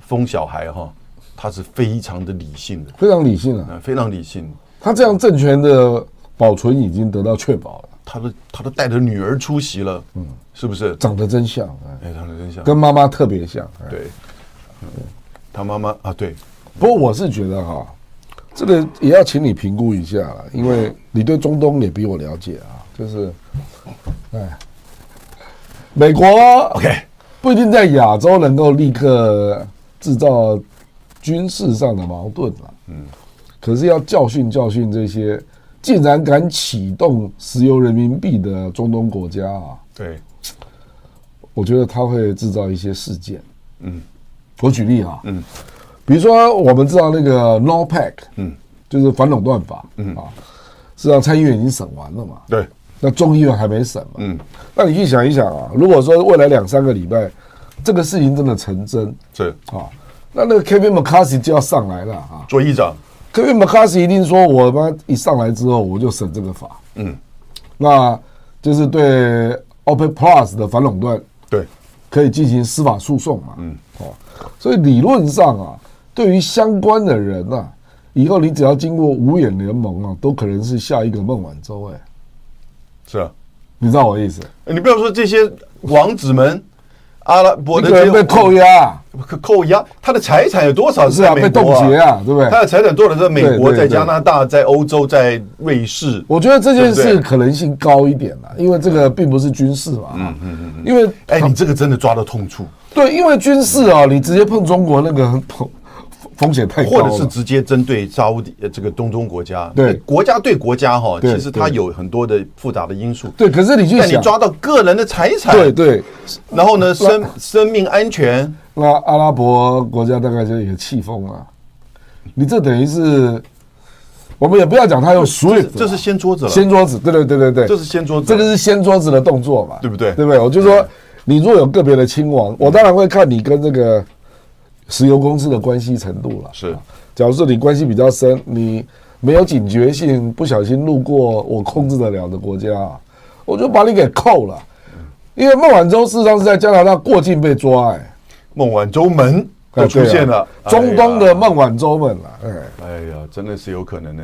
Speaker 2: 疯小孩哈，他是非常的理性的，
Speaker 1: 非常理性啊。
Speaker 2: 呃，非常理性。
Speaker 1: 他这样政权的保存已经得到确保了，
Speaker 2: 他都他都带着女儿出席了，嗯，是不是？
Speaker 1: 长得真像，哎
Speaker 2: 哎，长得真像，
Speaker 1: 跟妈妈特别像。哎
Speaker 2: 对，他妈妈啊，对，
Speaker 1: 不过我是觉得哈、这个也要请你评估一下了，因为你对中东也比我了解啊。就是，哎，美国啊
Speaker 2: OK
Speaker 1: 不一定在亚洲能够立刻制造军事上的矛盾了。嗯，可是要教训教训这些竟然敢启动石油人民币的中东国家啊，
Speaker 2: 对，
Speaker 1: 我觉得它会制造一些事件。
Speaker 2: 嗯，
Speaker 1: 我举例啊，
Speaker 2: 嗯，
Speaker 1: 比如说我们知道那个 NOPEC，
Speaker 2: 嗯，
Speaker 1: 就是反垄断法，嗯啊，事实际上参议院已经审完了嘛，
Speaker 2: 对，
Speaker 1: 那众议院还没审嘛，
Speaker 2: 嗯，
Speaker 1: 那你去想一想啊，如果说未来两三个礼拜这个事情真的成真
Speaker 2: 是
Speaker 1: 啊，那那个 Kevin McCarthy 就要上来了啊
Speaker 2: 做议长，
Speaker 1: ，Kevin McCarthy 一定说，我妈一上来之后我就审这个法，
Speaker 2: 嗯，
Speaker 1: 那就是对 OPEC Plus 的反垄断
Speaker 2: 对，
Speaker 1: 可以进行司法诉讼嘛。嗯，哦，所以理论上啊，对于相关的人啊，以后你只要经过五眼联盟啊，都可能是下一个孟晚舟、哎，
Speaker 2: 是啊，哎
Speaker 1: 你知道我的意思？
Speaker 2: 你不要说这些王子们，阿拉伯
Speaker 1: 一
Speaker 2: 的嗯
Speaker 1: 个
Speaker 2: 这
Speaker 1: 人
Speaker 2: 些
Speaker 1: 被扣押啊，
Speaker 2: 扣扣押，他的财产有多少
Speaker 1: 是
Speaker 2: 是
Speaker 1: 啊，
Speaker 2: 在美
Speaker 1: 被冻
Speaker 2: 国
Speaker 1: 结啊，对不
Speaker 2: 他
Speaker 1: 对？
Speaker 2: 的财产多少在美
Speaker 1: 对
Speaker 2: 国，
Speaker 1: 对
Speaker 2: 在
Speaker 1: 对
Speaker 2: 加拿大，在欧洲，在瑞士，
Speaker 1: 我觉得这件
Speaker 2: 对嗯
Speaker 1: 事
Speaker 2: 不对
Speaker 1: 可能性高一点啊啦，因为这个并不是军事嘛，嗯嗯嗯，因为
Speaker 2: 哎，你这个真的抓到痛处，
Speaker 1: 对，因为军事啊，你直接碰中国那个风风险太高
Speaker 2: 或
Speaker 1: 了，
Speaker 2: 者是直接针对沙烏地呃这个东中国家，
Speaker 1: 对
Speaker 2: 国家对国家哈，
Speaker 1: 对
Speaker 2: 其实它
Speaker 1: 对
Speaker 2: 有很多的复杂的因素。
Speaker 1: 对，可是你去
Speaker 2: 但你
Speaker 1: 想，
Speaker 2: 抓到个人的财产，
Speaker 1: 对，对，
Speaker 2: 然后呢，生生命安全，
Speaker 1: 那阿拉伯国家大概就也气疯了。你这等于是，我们也不要讲他用 SWIFT，啊
Speaker 2: 这是掀桌子了，
Speaker 1: 掀桌子，对对对对对，
Speaker 2: 这是掀桌子，
Speaker 1: 这个是掀桌子的动作嘛，
Speaker 2: 对不对
Speaker 1: 对不对？我就说，你若有个别的亲王，我当然会看你跟这个石油公司的关系程度了。
Speaker 2: 是
Speaker 1: 假如说你关系比较深，你没有警觉性，不小心路过我控制得了的国家啊，我就把你给扣了。因为孟晚舟事实上是在加拿大过境被抓、哎。
Speaker 2: 孟晚舟门都出现哎了，
Speaker 1: 对啊中东的
Speaker 2: 梦，
Speaker 1: 孟晚舟们了。哎，
Speaker 2: 哎呀，真的是有可能呢。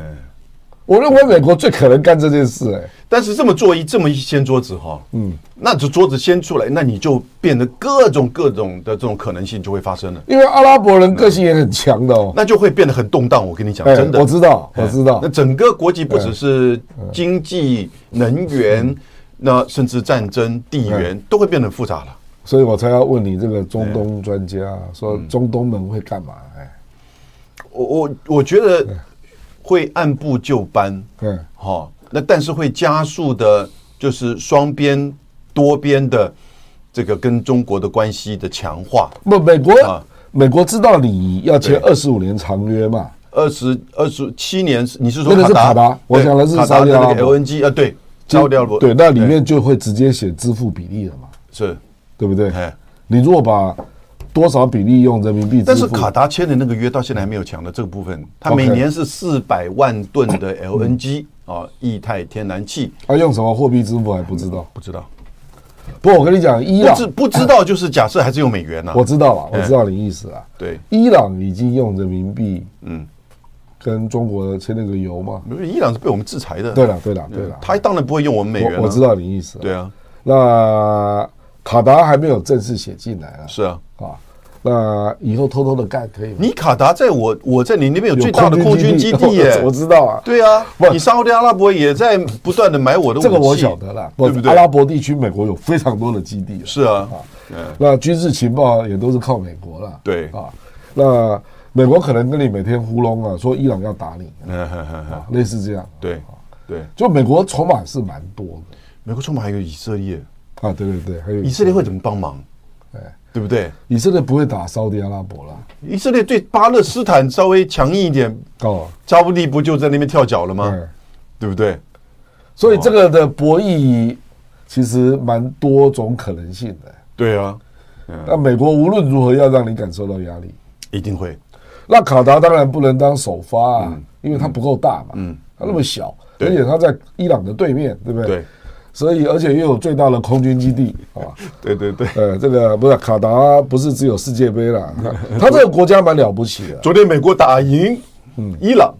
Speaker 1: 我认为美国最可能干这件事。哎，
Speaker 2: 但是这么做一这么一掀桌子哈，嗯，那这桌子掀出来，那你就变得各种各种的这种可能性就会发生了，
Speaker 1: 因为阿拉伯人个性也很强的哦。
Speaker 2: 那就会变得很动荡。我跟你讲，
Speaker 1: 哎
Speaker 2: 嗯真的，嗯
Speaker 1: 我知道，我知道嗯
Speaker 2: 那。整个国际不只是经济、能源，那甚至战争、地
Speaker 1: 嗯
Speaker 2: 缘都会变得很复杂了。
Speaker 1: 所以我才要问你这个中东专家，
Speaker 2: 嗯
Speaker 1: 说中东们会干嘛？哎，
Speaker 2: 我我我觉得会按部就班，
Speaker 1: 嗯，
Speaker 2: 哈、那但是会加速的，就是双边、多边的这个跟中国的关系的强化。
Speaker 1: 不，美国
Speaker 2: 啊，
Speaker 1: 美国知道你要签
Speaker 2: 对
Speaker 1: 二十五年长约嘛？
Speaker 2: 二十二十七年是，你是说
Speaker 1: 那个是
Speaker 2: 卡
Speaker 1: 卡达我
Speaker 2: 对
Speaker 1: 讲的是
Speaker 2: 卡达
Speaker 1: 沙
Speaker 2: 的
Speaker 1: 特阿
Speaker 2: 那
Speaker 1: 拉
Speaker 2: 个
Speaker 1: 伯
Speaker 2: LNG 啊，对，烧掉了，
Speaker 1: 对，那里面就会直接写支付比例了嘛，
Speaker 2: 是，
Speaker 1: 对不对
Speaker 2: 哎？
Speaker 1: 你如果把多少比例用人民币支付，
Speaker 2: 但是卡达签的那个约到现在还没有强的这个部分，它
Speaker 1: OK
Speaker 2: 每年是四百万吨的 LNG 啊，液态天然气，
Speaker 1: 啊用什么货币支付还不知道。
Speaker 2: 不知道，
Speaker 1: 不过我跟你讲，伊
Speaker 2: 嗯不
Speaker 1: 朗
Speaker 2: 知不知道就是假设还是用美元呐、啊
Speaker 1: 我知道了，我
Speaker 2: 哎
Speaker 1: 知道你意思了。
Speaker 2: 对
Speaker 1: 伊朗已经用人民币
Speaker 2: 嗯
Speaker 1: 跟中国签那个油嘛。
Speaker 2: 因为伊朗是被我们制裁的。
Speaker 1: 对了，对了，对了，
Speaker 2: 他当然不会用我们美元了啊
Speaker 1: 我我知。道你意思。
Speaker 2: 对，啊，
Speaker 1: 那卡达还没有正式写进来啊。
Speaker 2: 是啊，
Speaker 1: 啊，那以后偷偷的干可以吗？。
Speaker 2: 你卡达在我我在你那边有最大的空军基地耶
Speaker 1: 我知道啊。
Speaker 2: 对啊
Speaker 1: 不，
Speaker 2: 你沙特阿拉伯也在不断的买我的武器。
Speaker 1: 这个我晓得了，
Speaker 2: 对不对
Speaker 1: 阿拉伯地区，美国有非常多的基地。
Speaker 2: 是啊，
Speaker 1: 那军事情报也都是靠美国了。
Speaker 2: 对
Speaker 1: 啊，那美国可能跟你每天糊弄啊，说伊朗要打你，啊，类似这样。
Speaker 2: 对对，
Speaker 1: 就美国筹码是蛮多
Speaker 2: 美国充满还有以色列，
Speaker 1: 的啊，对对对，还有
Speaker 2: 以色列会怎么帮忙？
Speaker 1: 哎
Speaker 2: 对不对？
Speaker 1: 以色列不会打沙特阿拉伯了，
Speaker 2: 以色列对巴勒斯坦稍微强硬一点，
Speaker 1: 哦，
Speaker 2: 加布利不就在那边跳脚了吗？
Speaker 1: 对，
Speaker 2: 对不对？
Speaker 1: 所以这个的博弈其实蛮多种可能性的。
Speaker 2: 对啊，
Speaker 1: 那美国无论如何要让你感受到压力，
Speaker 2: 一定会。
Speaker 1: 那卡达当然不能当首发
Speaker 2: 嗯
Speaker 1: 啊，因为它不够大嘛，嗯，它那么小，而且它在伊朗的对面，对不对？
Speaker 2: 对，
Speaker 1: 所以而且又有最大的空军基 地啊，
Speaker 2: 对对对。
Speaker 1: 呃，这个不是卡达，不是只有世界杯啦，它这个国家蛮了不起的。
Speaker 2: 昨天美国打赢
Speaker 1: 嗯
Speaker 2: 伊朗，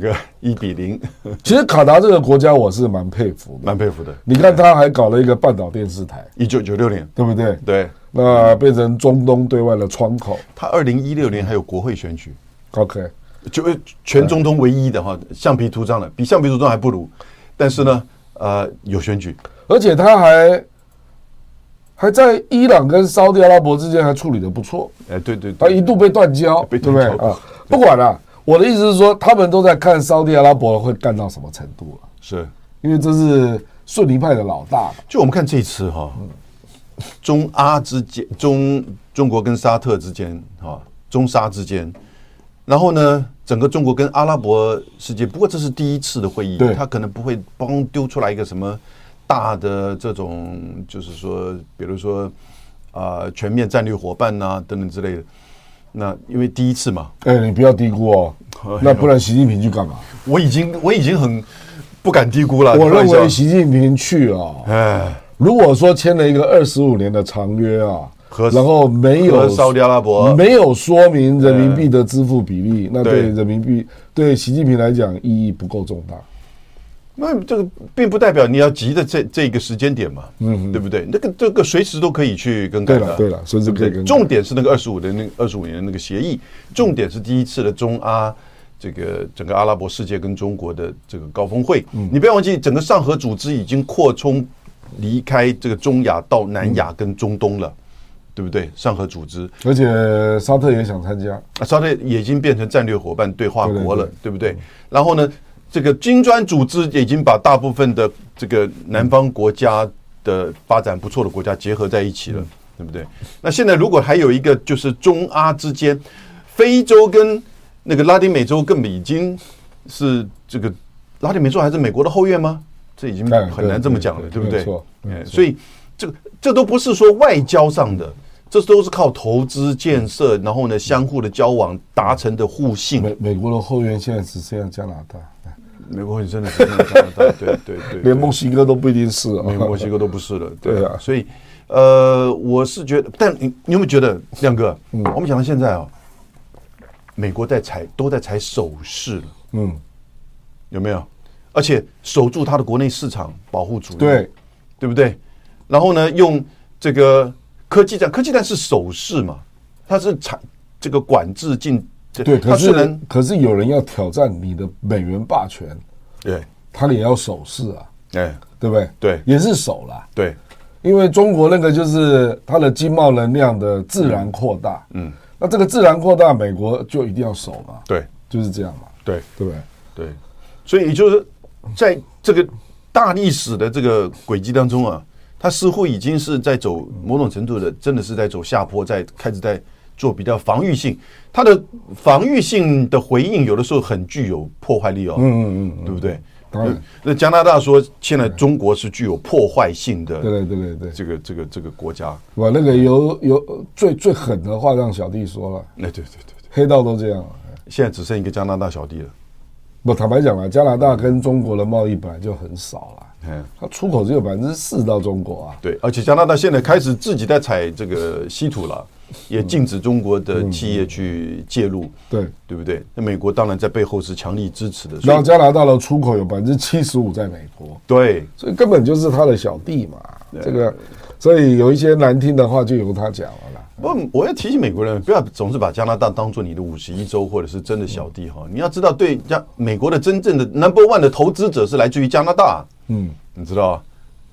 Speaker 2: 个一比零，
Speaker 1: 其实卡达这个国家我是蛮佩服的，
Speaker 2: 蛮佩服的。
Speaker 1: 你看他还搞了一个半岛电视台，
Speaker 2: 一九九六年，
Speaker 1: 对不对？
Speaker 2: 对
Speaker 1: 那变成中东对外的窗口。
Speaker 2: 他二零一六年还有国会选举，
Speaker 1: OK，
Speaker 2: 就呃全中东唯一的哈橡皮图章了，比橡皮图章还不如。但是呢，呃，有选举，
Speaker 1: 而且他还还在伊朗跟沙特阿拉伯之间还处理的不错，
Speaker 2: 哎，对对
Speaker 1: 他
Speaker 2: 对，
Speaker 1: 一度被断交，
Speaker 2: 被
Speaker 1: 对不对
Speaker 2: 断交
Speaker 1: 啊？不管了、我的意思是说，他们都在看沙特阿拉伯会干到什么程度了、
Speaker 2: 是。
Speaker 1: 因为这是顺尼派的老大嘛。
Speaker 2: 就我们看这一次哈、中阿之间，中中国跟沙特之间哈、中沙之间，然后呢，整个中国跟阿拉伯世界，不过这是第一次的会议
Speaker 1: 对，
Speaker 2: 他可能不会帮丢出来一个什么大的这种，就是说，比如说啊、呃全面战略伙伴呐、啊等等之类的。那因为第一次嘛，
Speaker 1: 哎，你不要低估哦，
Speaker 2: 哎
Speaker 1: 那不然习近平去干嘛？
Speaker 2: 我已经我已经很不敢低估了。
Speaker 1: 我认
Speaker 2: 开玩
Speaker 1: 为
Speaker 2: 笑，
Speaker 1: 习近平去哦，
Speaker 2: 哎，
Speaker 1: 如果说签了一个二十五年的长约啊
Speaker 2: 和，
Speaker 1: 然后没有
Speaker 2: 和沙特阿拉伯
Speaker 1: 没有说明人民币的支付比例，那对
Speaker 2: 对
Speaker 1: 人民币对习近平来讲意义不够重大。
Speaker 2: 那这个并不代表你要急的这这个时间点嘛，嗯，对不对？那个这个随时都可以去更改
Speaker 1: 对
Speaker 2: 的。
Speaker 1: 了对了，所以是可以
Speaker 2: 对不对
Speaker 1: 跟
Speaker 2: 重点是那个二十五的那二十五年的那个协议，重点是第一次的中阿这个整个阿拉伯世界跟中国的这个高峰会。
Speaker 1: 嗯
Speaker 2: 你不要忘记，整个上合组织已经扩充离开这个中亚到南亚跟中东了，对不对？上合组织
Speaker 1: 而且沙特也想参加，
Speaker 2: 啊，沙特也已经变成战略伙伴对话国了，对不对？然后呢，这个金砖组织已经把大部分的这个南方国家的发展不错的国家结合在一起了，
Speaker 1: 嗯
Speaker 2: 对不对？那现在如果还有一个就是中阿之间，非洲跟那个拉丁美洲根本已经是这个拉丁美洲还是美国的后院吗？这已经
Speaker 1: 哎对
Speaker 2: 很难这么讲了，
Speaker 1: 对
Speaker 2: 对不
Speaker 1: 没
Speaker 2: 对
Speaker 1: 错？没
Speaker 2: 哎，
Speaker 1: 错
Speaker 2: 所以这个这都不是说外交上的，这都是靠投资建设，然后呢相互的交往达成的互信。
Speaker 1: 美美国的后援现在只剩下加拿大，
Speaker 2: 美国人真的是这样想的对对对对，
Speaker 1: 连墨西哥都不一定是啊。
Speaker 2: 连墨西哥都不是了，对
Speaker 1: 对
Speaker 2: 啊
Speaker 1: 啊，
Speaker 2: 所以呃，我是觉得，但你你有没有觉得亮哥，
Speaker 1: 嗯
Speaker 2: 我们讲到现在啊、美国在踩都在踩首饰了，
Speaker 1: 嗯，
Speaker 2: 有没有？而且守住它的国内市场保护主义，
Speaker 1: 对，
Speaker 2: 对不对？然后呢，用这个科技战，科技战是手势嘛，它是产这个管制进，这
Speaker 1: 对，
Speaker 2: 它
Speaker 1: 可
Speaker 2: 是
Speaker 1: 是
Speaker 2: 能
Speaker 1: 可是有人要挑战你的美元霸权，
Speaker 2: 对，
Speaker 1: 他也要守势啊，
Speaker 2: 哎，
Speaker 1: 对不对？
Speaker 2: 对
Speaker 1: 也是守啦。
Speaker 2: 对，
Speaker 1: 因为中国那个就是它的经贸能量的自然扩大，嗯，那这个自然扩大，美国就一定要守嘛，，
Speaker 2: 对，
Speaker 1: 就是这样嘛，
Speaker 2: 对，
Speaker 1: 对不对？
Speaker 2: 对，所以也就是在这个大历史的这个轨迹当中啊，它似乎已经是在走某种程度的，真的是在走下坡，在开始在做比较防御性。它的防御性的回应，有的时候很具有破坏力哦，嗯嗯嗯，对不对？
Speaker 1: 当然
Speaker 2: 那那加拿大说，现在中国是具有破坏性
Speaker 1: 对
Speaker 2: 的
Speaker 1: 对对对对，
Speaker 2: 这个这个这个国家。
Speaker 1: 我那个有有最最狠的话让小弟说了，
Speaker 2: 哎，对对对对，
Speaker 1: 黑道都这样了。
Speaker 2: 现在只剩一个加拿大小弟了。
Speaker 1: 我坦白讲了，加拿大跟中国的贸易本来就很少了，
Speaker 2: 嗯，
Speaker 1: 它出口只有百分之四到中国啊，
Speaker 2: 对，而且加拿大现在开始自己在采这个稀土了，也禁止中国的企业去介入，
Speaker 1: 对，
Speaker 2: 对不对？那美国当然在背后是强力支持的，所
Speaker 1: 然后
Speaker 2: 以
Speaker 1: 加拿大的出口有百分之七十五在美国，
Speaker 2: 对
Speaker 1: 所以根本就是他的小弟嘛。这个，所以有一些难听的话就由他讲了啦。
Speaker 2: 不，我要提醒美国人，不要总是把加拿大当做你的五十一州或者是真的小弟哈。你要知道，对加美国的真正的 number one 的投资者是来自于加拿大，
Speaker 1: 嗯，
Speaker 2: 你知道啊？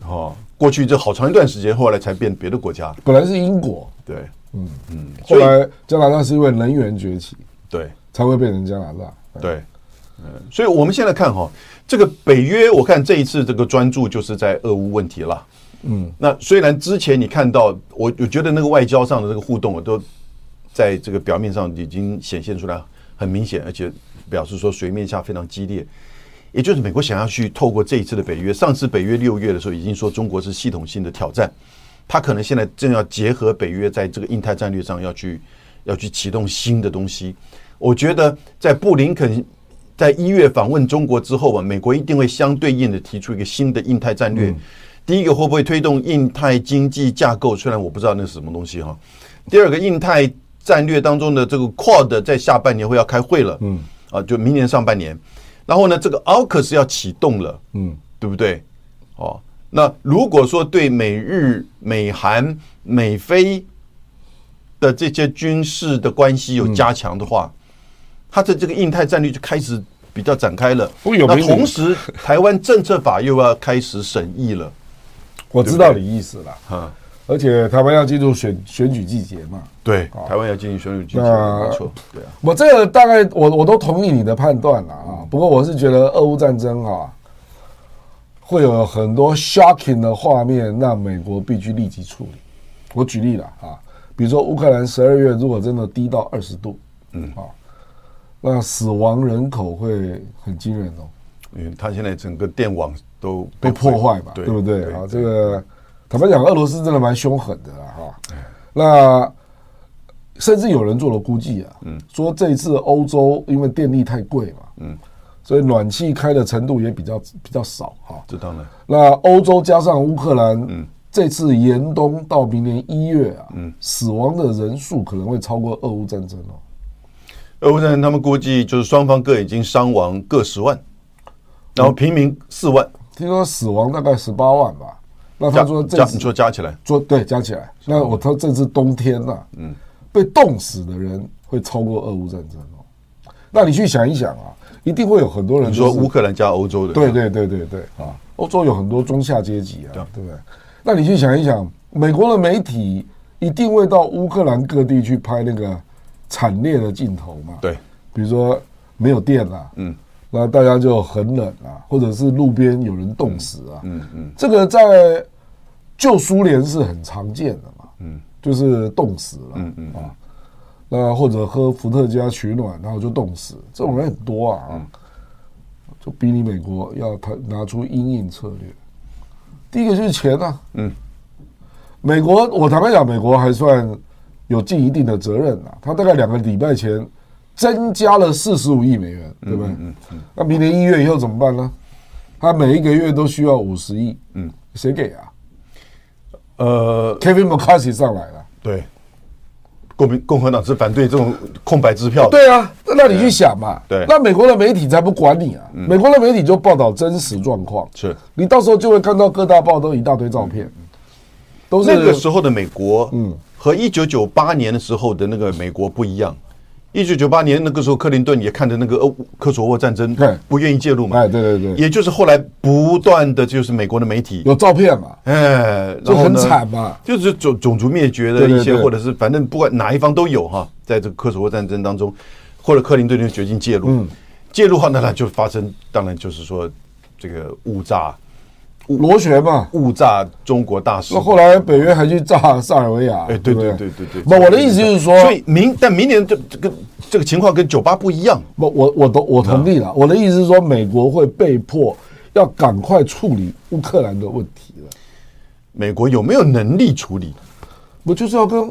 Speaker 2: 哦，过去这好长一段时间，后来才变别的国家。
Speaker 1: 本来是英国，
Speaker 2: 对
Speaker 1: 后
Speaker 2: 嗯所以
Speaker 1: 来加拿大是因为能源崛起
Speaker 2: 对
Speaker 1: 才会变成加拿大。
Speaker 2: 对，嗯，所以我们现在看哈，这个北约，我看这一次这个专注就是在俄乌问题了。嗯，那虽然之前你看到我，我觉得那个外交上的这个互动，我都在这个表面上已经显现出来，很明显，而且表示说水面下非常激烈。也就是美国想要去透过这一次的北约，上次北约六月的时候已经说中国是系统性的挑战，他可能现在正要结合北约在这个印太战略上要去要去启动新的东西。我觉得在布林肯在一月访问中国之后啊，美国一定会相对应的提出一个新的印太战略。第一个会不会推动印太经济架构？虽然我不知道那是什么东西哈。第二个，印太战略当中的这个 Quad 在下半年会要开会了，嗯，啊，就明年上半年。然后呢，这个 AUKUS 要启动了，嗯，对不对？哦，那如果说对美日、美韩、美菲的这些军事的关系有加强
Speaker 1: 嗯
Speaker 2: 的话，它的这个印太战略就开始比较展开了。
Speaker 1: 不有
Speaker 2: 那
Speaker 1: 没有
Speaker 2: 同时，台湾政策法又要开始审议了。
Speaker 1: 我知道你意思了，
Speaker 2: 啊，
Speaker 1: 而且台湾要进入选选举季节嘛。
Speaker 2: 对，啊台湾要进行选举机制，
Speaker 1: 那
Speaker 2: 没错，对啊，
Speaker 1: 我这个大概我我都同意你的判断了
Speaker 2: 嗯
Speaker 1: 啊，不过我是觉得俄乌战争啊，会有很多 shocking 的画面，那美国必须立即处理。我举例了啊，比如说乌克兰十二月如果真的低到二十度，嗯啊，那死亡人口会很惊人哦，
Speaker 2: 因为他现在整个电网都
Speaker 1: 被破坏吧，对不对哎啊？这个坦白讲，俄罗斯真的蛮凶狠的啦哈。那甚至有人做了估计啊，说这一次欧洲因为电力太贵嘛，嗯，所以暖气开的程度也比较比较少哈。
Speaker 2: 这当然，
Speaker 1: 那欧洲加上乌克兰，这次严冬到明年一月啊，死亡的人数可能会超过俄乌战争哦。
Speaker 2: 俄乌战争他们估计就是双方各已经伤亡各十万，然后平民四万，
Speaker 1: 听说死亡大概十八万吧。那他说这
Speaker 2: 加加
Speaker 1: 次
Speaker 2: 你说加起来，
Speaker 1: 做对加起来，那我他这次冬天呐、嗯，被冻死的人会超过俄乌战争哦。那你去想一想啊，一定会有很多人、
Speaker 2: 你
Speaker 1: 就是、
Speaker 2: 说乌克兰加欧洲的，
Speaker 1: 对对对对对啊，欧洲有很多中下阶级啊，对不对？那你去想一想，美国的媒体一定会到乌克兰各地去拍那个惨烈的镜头嘛，
Speaker 2: 对，
Speaker 1: 比如说没有电啦、嗯，那大家就很冷啊，或者是路边有人冻死啊，嗯嗯，这个在旧苏联是很常见的嘛，嗯，就是冻死了，嗯嗯啊，那或者喝伏特加取暖，然后就冻死，这种人很多啊，就逼你美国要他拿出因应策略，第一个就是钱啊，嗯，美国我坦白讲，美国还算有尽一定的责任啊，他大概两个礼拜前。增加了四十五亿美元，对不
Speaker 2: 嗯
Speaker 1: 对？那明年一月以后怎么办呢？他每一个月都需要五十亿，嗯，谁给啊
Speaker 2: 呃，
Speaker 1: ？Kevin McCarthy 上来了，
Speaker 2: 对，共民共和党是反对这种空白支票的，
Speaker 1: 对啊，那你去想嘛，
Speaker 2: 哦对嗯
Speaker 1: 那美国的媒体才不管你啊，美国的媒体就报道真实状况，
Speaker 2: 是嗯
Speaker 1: 你到时候就会看到各大报都一大堆照片，都是
Speaker 2: 那个时候的美国，嗯，和一九九八年的时候的那个美国不一样。一九九八年那个时候，克林顿也看着那个俄乌科索沃战争
Speaker 1: 对，
Speaker 2: 不愿意介入嘛。
Speaker 1: 哎对对对
Speaker 2: 也就是后来不断的就是美国的媒体，
Speaker 1: 有照片嘛，
Speaker 2: 哎，
Speaker 1: 就
Speaker 2: 然后
Speaker 1: 很
Speaker 2: 呢
Speaker 1: 惨嘛，
Speaker 2: 就是种种族灭绝的
Speaker 1: 对对
Speaker 2: 一些，
Speaker 1: 对
Speaker 2: 或者是反正不管哪一方都有哈，在这个科索沃战争当中，或者克林顿就决定介
Speaker 1: 嗯
Speaker 2: 入，介入后呢，那就发生，当然就是说这个误炸嗯
Speaker 1: 螺旋嘛。
Speaker 2: 误炸中国大使
Speaker 1: 那
Speaker 2: 馆。
Speaker 1: 后来北约还去炸塞尔维亚，
Speaker 2: 哎，对
Speaker 1: 不
Speaker 2: 对对对对。
Speaker 1: 不，我的意思就是说，
Speaker 2: 所以明但明年这这个这个情况跟九八不一样，
Speaker 1: 不，我我都我同
Speaker 2: 嗯
Speaker 1: 意了。我的意思是说，美国会被迫要赶快处理乌克兰的问题了，
Speaker 2: 美国有没有能力处理？
Speaker 1: 不就是要跟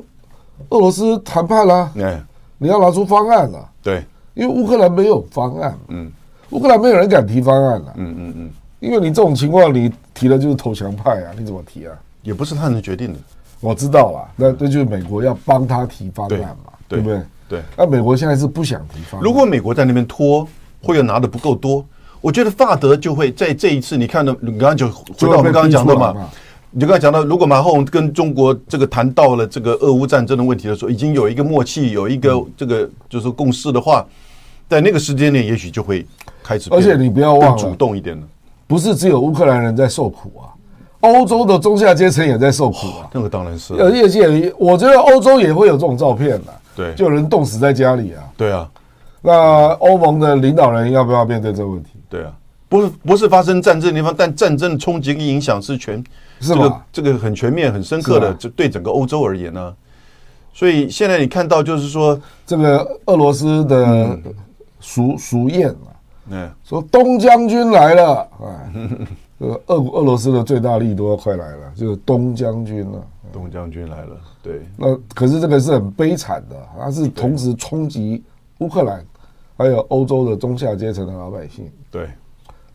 Speaker 1: 俄罗斯谈判啦、
Speaker 2: 哎，
Speaker 1: 你要拿出方案啦、
Speaker 2: 对，
Speaker 1: 因为乌克兰没有方案。嗯，乌克兰没有人敢提方案了、嗯嗯嗯，因为你这种情况，你提了就是投降派啊，你怎么提啊？
Speaker 2: 也不是他能决定的。
Speaker 1: 我知道啦，那那就是美国要帮他提方案嘛，
Speaker 2: 对
Speaker 1: 对不
Speaker 2: 对
Speaker 1: 对？
Speaker 2: 对
Speaker 1: 那美国现在是不想提方案，
Speaker 2: 如果美国在那边拖，或者拿的不够多，我觉得法德就会在这一次，你看到你刚刚就回到我们刚刚讲的
Speaker 1: 就会被逼出来
Speaker 2: 嘛
Speaker 1: 嘛，
Speaker 2: 你就刚才讲到，如果马后跟中国这个谈到了这个俄乌战争的问题的时候，已经有一个默契，有一
Speaker 1: 嗯
Speaker 2: 个这个就是共识的话，在那个时间点，也许就会开始变
Speaker 1: 而
Speaker 2: 得更，
Speaker 1: 且哦你不要忘了
Speaker 2: 主动一点了，
Speaker 1: 不是只有乌克兰人在受苦啊，欧洲的中下阶层也在受苦啊。
Speaker 2: 那个当然是，
Speaker 1: 有业界，我觉得欧洲也会有这种照片的、
Speaker 2: 对
Speaker 1: 就有人冻死在家里啊。
Speaker 2: 对啊，
Speaker 1: 那欧盟的领导人要不要面对这个问题？
Speaker 2: 对啊。不是不是发生战争的地方，但战争的冲击跟影响是全
Speaker 1: 是
Speaker 2: 这个
Speaker 1: 吧
Speaker 2: 这个很全面、很深刻
Speaker 1: 是
Speaker 2: 的，
Speaker 1: 吧
Speaker 2: 就对整个欧洲而言呢、所以现在你看到就是说，
Speaker 1: 这个俄罗斯的熟熟宴啊，
Speaker 2: 嗯，
Speaker 1: 说东将军来了，哎，这个俄俄罗斯的最大利多快来了，就是东将军啊了、
Speaker 2: 东将军来了，对，
Speaker 1: 那可是这个是很悲惨的，它是同时冲击乌克兰，还有欧洲的中下阶层的老百姓，
Speaker 2: 对，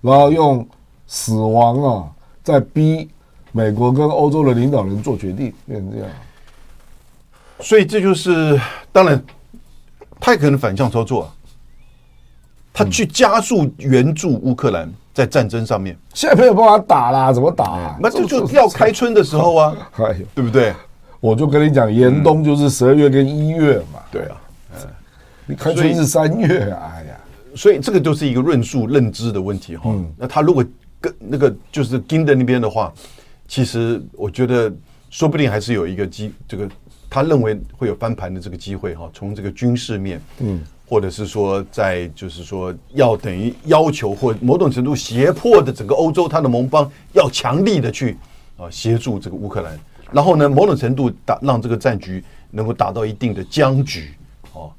Speaker 1: 然后用死亡啊，在逼美国跟欧洲的领导人做决定，变成这样。
Speaker 2: 所以这就是当然，他也可能反向操作、啊，他去加速援助乌克兰在战争上面，
Speaker 1: 现在没有办法打啦，怎么打、啊？
Speaker 2: 哎那这就要开春的时候啊，
Speaker 1: 哎呦，
Speaker 2: 对不对？
Speaker 1: 我就跟你讲，严冬就是十二月跟一月嘛，
Speaker 2: 对啊，
Speaker 1: 你开
Speaker 2: 所以
Speaker 1: 春是三月啊，哎呀，
Speaker 2: 所以这个就是一个论述认知的问题哈。那他如果跟那个就是盯着那边的话，其实我觉得说不定还是有一个机，这个他认为会有翻盘的这个机会哈。从这个军事面，嗯，或者是说在就是说要等于要求或某种程度胁迫的整个欧洲他的盟邦要强力的去啊协助这个乌克兰，然后呢某种程度打让这个战局能够达到一定的僵局哦。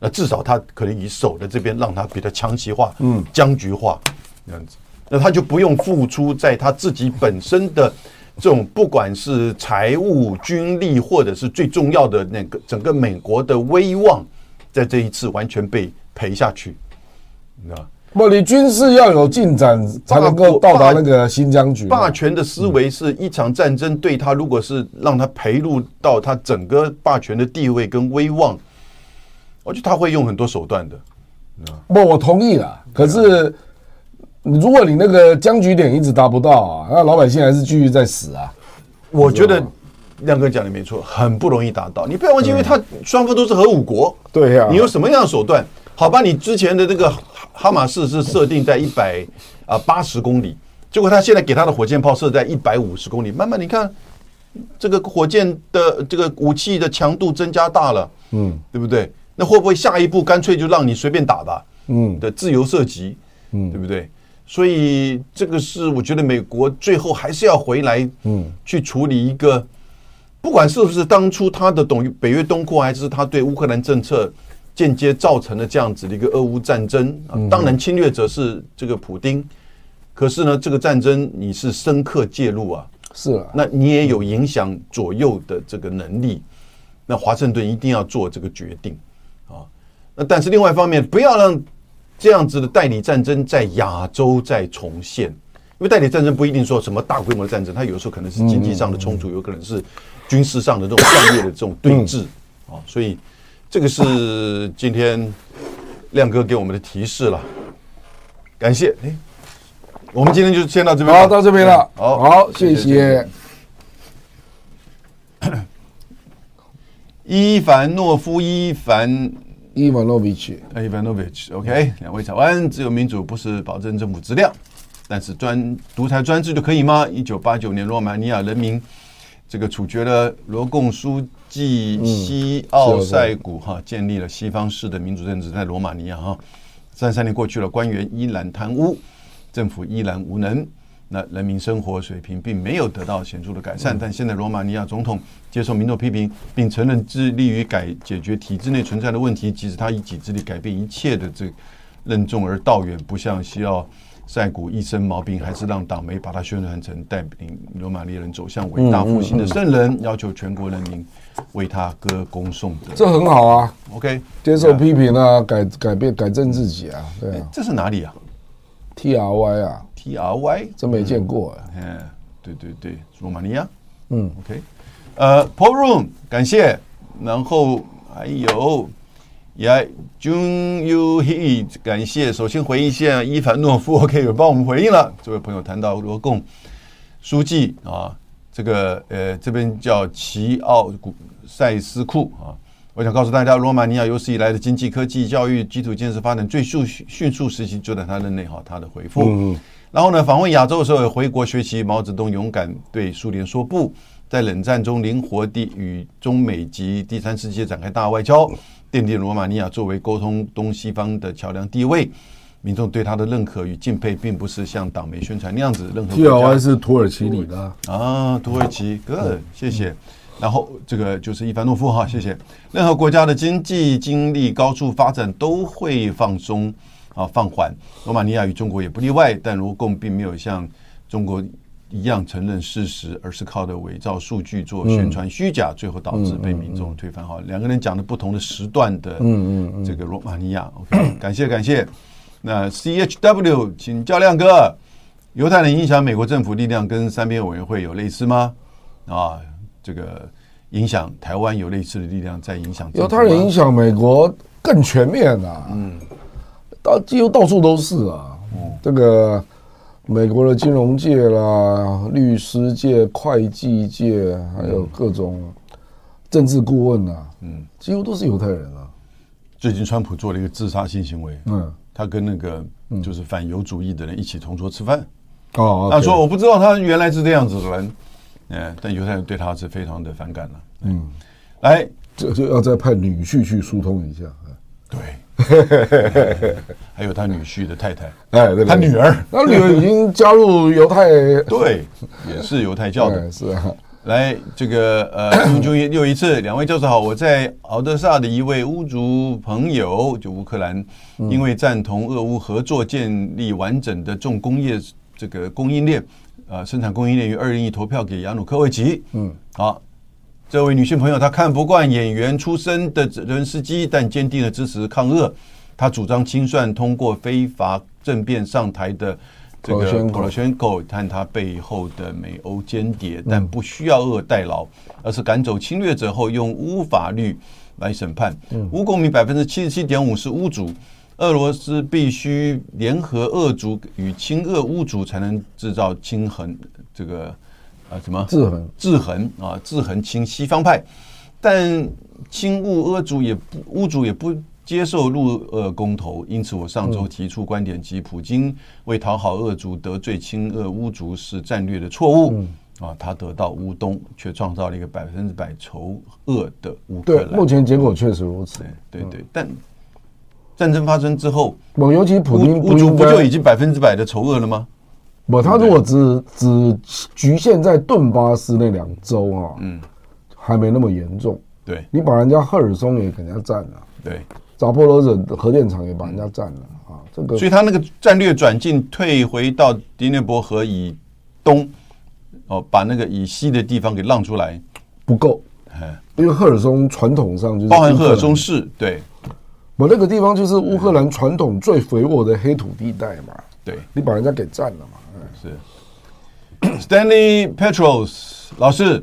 Speaker 2: 那至少他可能以守的这边让他比较强齐化，嗯，僵局化这样子，那他就不用付出在他自己本身的这种不管是财务、军力，或者是最重要的那个整个美国的威望，在这一次完全被赔下去，你知道吗？
Speaker 1: 不，你军事要有进展，才能够到达那个新疆局嘛。
Speaker 2: 霸权的思维是一场战争对他，如果是让他培入到他整个霸权的地位跟威望，我觉得他会用很多手段的，
Speaker 1: 不，我同意啦。可是，如果你那个僵局点一直达不到啊，那老百姓还是继续在死啊。
Speaker 2: 我觉得亮哥讲的没错，很不容易达到。你不要忘记，因为他双方都是核武国，
Speaker 1: 对呀
Speaker 2: 你用什么样的手段？好吧，你之前的这个哈哈马斯是设定在一百啊八十公里，结果他现在给他的火箭炮设在一百五十公里，慢慢你看这个火箭的这个武器的强度增加大了，嗯，对不对？那会不会下一步干脆就让你随便打吧？嗯，的自由射击，嗯，对不对？所以这个是我觉得美国最后还是要回来，嗯，去处理一个，不管是不是当初他的懂北约东扩，还是他对乌克兰政策间接造成了这样子的一个俄乌战争、啊。当然，侵略者是这个普丁，可是呢，这个战争你是深刻介入啊，
Speaker 1: 是啊，
Speaker 2: 那你也有影响左右的这个能力。那华盛顿一定要做这个决定啊。那但是另外一方面，不要让这样子的代理战争在亚洲再重现，因为代理战争不一定说什么大规模的战争，它有时候可能是经济上的冲
Speaker 1: 嗯
Speaker 2: 突，有可能是军事上的这种战略的这种对峙
Speaker 1: 嗯
Speaker 2: 啊。所以这个是今天亮哥给我们的提示了，感谢。哎，我们今天就先到这边吧，
Speaker 1: 好，到这边了。
Speaker 2: 好，
Speaker 1: 好，谢谢。
Speaker 2: 伊凡诺夫、伊凡
Speaker 1: 伊万诺维奇，
Speaker 2: 伊凡诺维奇，OK，两位早安。自由民主不是保证政府资料，但是专独裁专制就可以吗？一九八九年，罗马尼亚人民这个处决了罗共书记嗯西奥塞古，哈、建立了西方式的民主政治，在罗马尼亚哈。三三年过去了，官员依然贪污，政府依然无能，那人民生活水平并没有得到显著的改善。但现在罗马尼亚总统接受民众批评，并承认致力于改解决体制内存在的问题，即使他以己之力改变一切的这任重而道远，不像西奥塞古一身毛病，还是让党媒把他宣传成带领罗马尼亚人走向伟大复兴的圣人，要求全国人民为他歌功颂
Speaker 1: 这
Speaker 2: 德。
Speaker 1: 很好啊，
Speaker 2: OK，
Speaker 1: 接受批评啊，改改变改正自己啊，对
Speaker 2: 哎
Speaker 1: 啊
Speaker 2: 这是哪里啊
Speaker 1: ，T R Y 啊，
Speaker 2: ？T R Y
Speaker 1: 真没见过啊。
Speaker 2: 嗯，对对对，罗马尼亚，
Speaker 1: 嗯
Speaker 2: ，OK，呃 p o Room 感谢，然后还有也 Jun Yu He 感谢。首先回应一下伊凡诺夫，OK 有帮我们回应了。这位朋友谈到罗贡书记啊，这个呃这边叫齐奥古塞斯库啊。我想告诉大家，罗马尼亚有史以来的经济、科技、教育、基础建设发展最迅迅速时期就在他任内哈，他的回复。然后呢，访问亚洲的时候也回国学习毛泽东勇敢对苏联说不，在冷战中灵活地与中美及第三世界展开大外交，奠定罗马尼亚作为沟通东西方的桥梁地位。民众对他的认可与敬佩，并不是像党媒宣传那样子，任何国
Speaker 1: T
Speaker 2: 家
Speaker 1: L I 是土耳其里的啊，
Speaker 2: 啊，土耳其，good，谢谢。然后这个就是伊凡诺夫哈，谢谢。任何国家的经济经历高速发展都会放松啊放缓，罗马尼亚与中国也不例外。但罗共并没有像中国一样承认事实，而是靠着伪造数据做宣传虚假，最后导致被民众推翻。哈，两个人讲的不同的时段的，嗯嗯，这个罗马尼亚，OK，感谢感谢。那 CHW，请教亮哥，犹太人影响美国政府力量跟三边委员会有类似吗？啊，这个影响台湾有类似的力量在影响
Speaker 1: 犹太人影
Speaker 2: 响
Speaker 1: 响美国更全面啊，嗯，到几乎到处都是啊，
Speaker 2: 嗯
Speaker 1: 这个美国的金融界啦、律师界、会计界，还有各种政治顾问啊，嗯，几乎都是犹太人啊，
Speaker 2: 最近川普做了一个自杀性行为，
Speaker 1: 嗯，
Speaker 2: 他跟那个就是反犹主义的人一起同桌吃饭，
Speaker 1: 哦
Speaker 2: 他说我不知道他原来是这样子的人，嗯，但犹太人对他是非常的反感了，嗯，来，
Speaker 1: 这就要再派女婿去疏通一下，
Speaker 2: 对， 还有他女婿的太太，
Speaker 1: 哎，对不对
Speaker 2: 他女 儿，
Speaker 1: 他女儿已经加入犹太，
Speaker 2: 对，也是犹太教的
Speaker 1: 哎，，是啊，
Speaker 2: 来，这个呃，终究又一次，两位教授好，我在敖德萨的一位乌族朋友，就乌克兰，因为赞同俄乌合作建立完整的重工业这个供应链，呃，生产供应链于二零一投票给亚努科维奇。嗯，好，这位女性朋友她看不惯演员出身的泽连斯基，但坚定的支持抗俄。她主张清算通过非法政变上台的这个
Speaker 1: Poroshenko
Speaker 2: 普罗宣口和他背后的美欧间谍，但不需要恶代劳，而是赶走侵略者后用乌法律来审判。乌公民百分之七十七点五是乌族，俄罗斯必须联合俄族与亲俄乌族才能制造亲衡这个啊什么
Speaker 1: 制衡
Speaker 2: 制衡啊，制衡亲西方派，但亲乌俄族也不乌族也不接受入俄公投，因此我上周提出观点及普京为讨好俄族得罪亲俄乌族是战略的错误。
Speaker 1: 嗯
Speaker 2: 啊，他得到乌东，却创造了一个百分之百仇恶的乌克
Speaker 1: 对，
Speaker 2: 兰
Speaker 1: 目。前结果确实如此。
Speaker 2: 对对对，但战争发生之后，
Speaker 1: 我尤其普
Speaker 2: 乌
Speaker 1: 京
Speaker 2: 乌族
Speaker 1: 应
Speaker 2: 不
Speaker 1: 该
Speaker 2: 就已经百分之百的仇俄了吗？
Speaker 1: 不，他如
Speaker 2: 嗯
Speaker 1: 果只只局限在顿巴斯那两州啊，嗯，还没那么严重。
Speaker 2: 对
Speaker 1: 你把人家赫尔松也给人家占了，
Speaker 2: 对，
Speaker 1: 扎波罗热核电厂也把人家占了啊，这个
Speaker 2: 所以他那个战略转进退回到迪涅伯河以东，哦，把那个以西的地方给让出来，
Speaker 1: 不够，
Speaker 2: 哎，
Speaker 1: 因为赫尔松传统上就是
Speaker 2: 包
Speaker 1: 乌
Speaker 2: 含
Speaker 1: 克
Speaker 2: 赫
Speaker 1: 兰
Speaker 2: 尔松，市，对
Speaker 1: 我那个地方就是乌克兰传统最肥沃的黑土地带嘛，
Speaker 2: 对
Speaker 1: 你把人家给占了嘛，哎
Speaker 2: 是。Stanley Petros 老师，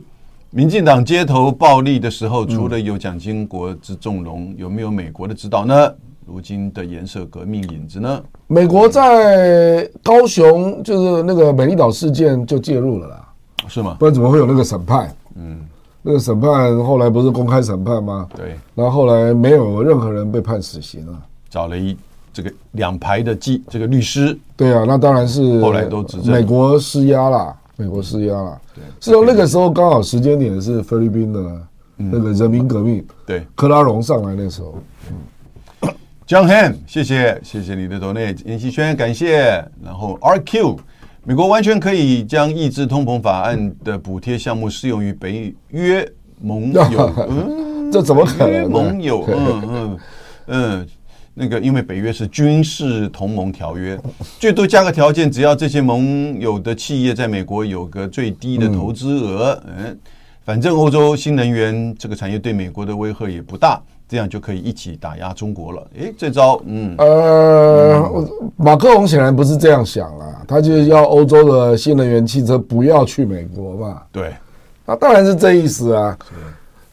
Speaker 2: 民进党街头暴力的时候，除了有蒋经国之纵容，有没有美国的指导呢？如今的颜色革命影子呢？
Speaker 1: 美国在高雄就是那个美丽岛事件就介入了啦，
Speaker 2: 是吗
Speaker 1: 不？然怎么会有那个审判？嗯，那个审判后来不是公开审判吗？
Speaker 2: 对，
Speaker 1: 然后后来没有任何人被判死刑啊。
Speaker 2: 找了一这个两排的记这个律师，
Speaker 1: 对啊，那当然是
Speaker 2: 后来都执政
Speaker 1: 美国施压啦，美国施压啦。是哦从那个时候刚好时间点是菲律宾的那个人民革命，
Speaker 2: 嗯对，
Speaker 1: 克拉隆上来那时候，
Speaker 2: John Ham，谢谢谢谢你的 donate，严希轩感谢，然后 RQ，美国完全可以将抑制通膨法案的补贴项目适用于北约盟友，嗯，
Speaker 1: 这怎么可
Speaker 2: 北约
Speaker 1: 能
Speaker 2: 盟
Speaker 1: 呢？
Speaker 2: 友，嗯嗯嗯，那个因为北约是军事同盟条约，最多加个条件，只要这些盟友的企业在美国有个最低的投资额，嗯，反正欧洲新能源这个产业对美国的威吓也不大。这样就可以一起打压中国了。诶，这招，嗯，
Speaker 1: 呃，我马克龙显然不是这样想啦，他就是要欧洲的新能源汽车不要去美国嘛，
Speaker 2: 对，
Speaker 1: 那当然是这意思啊。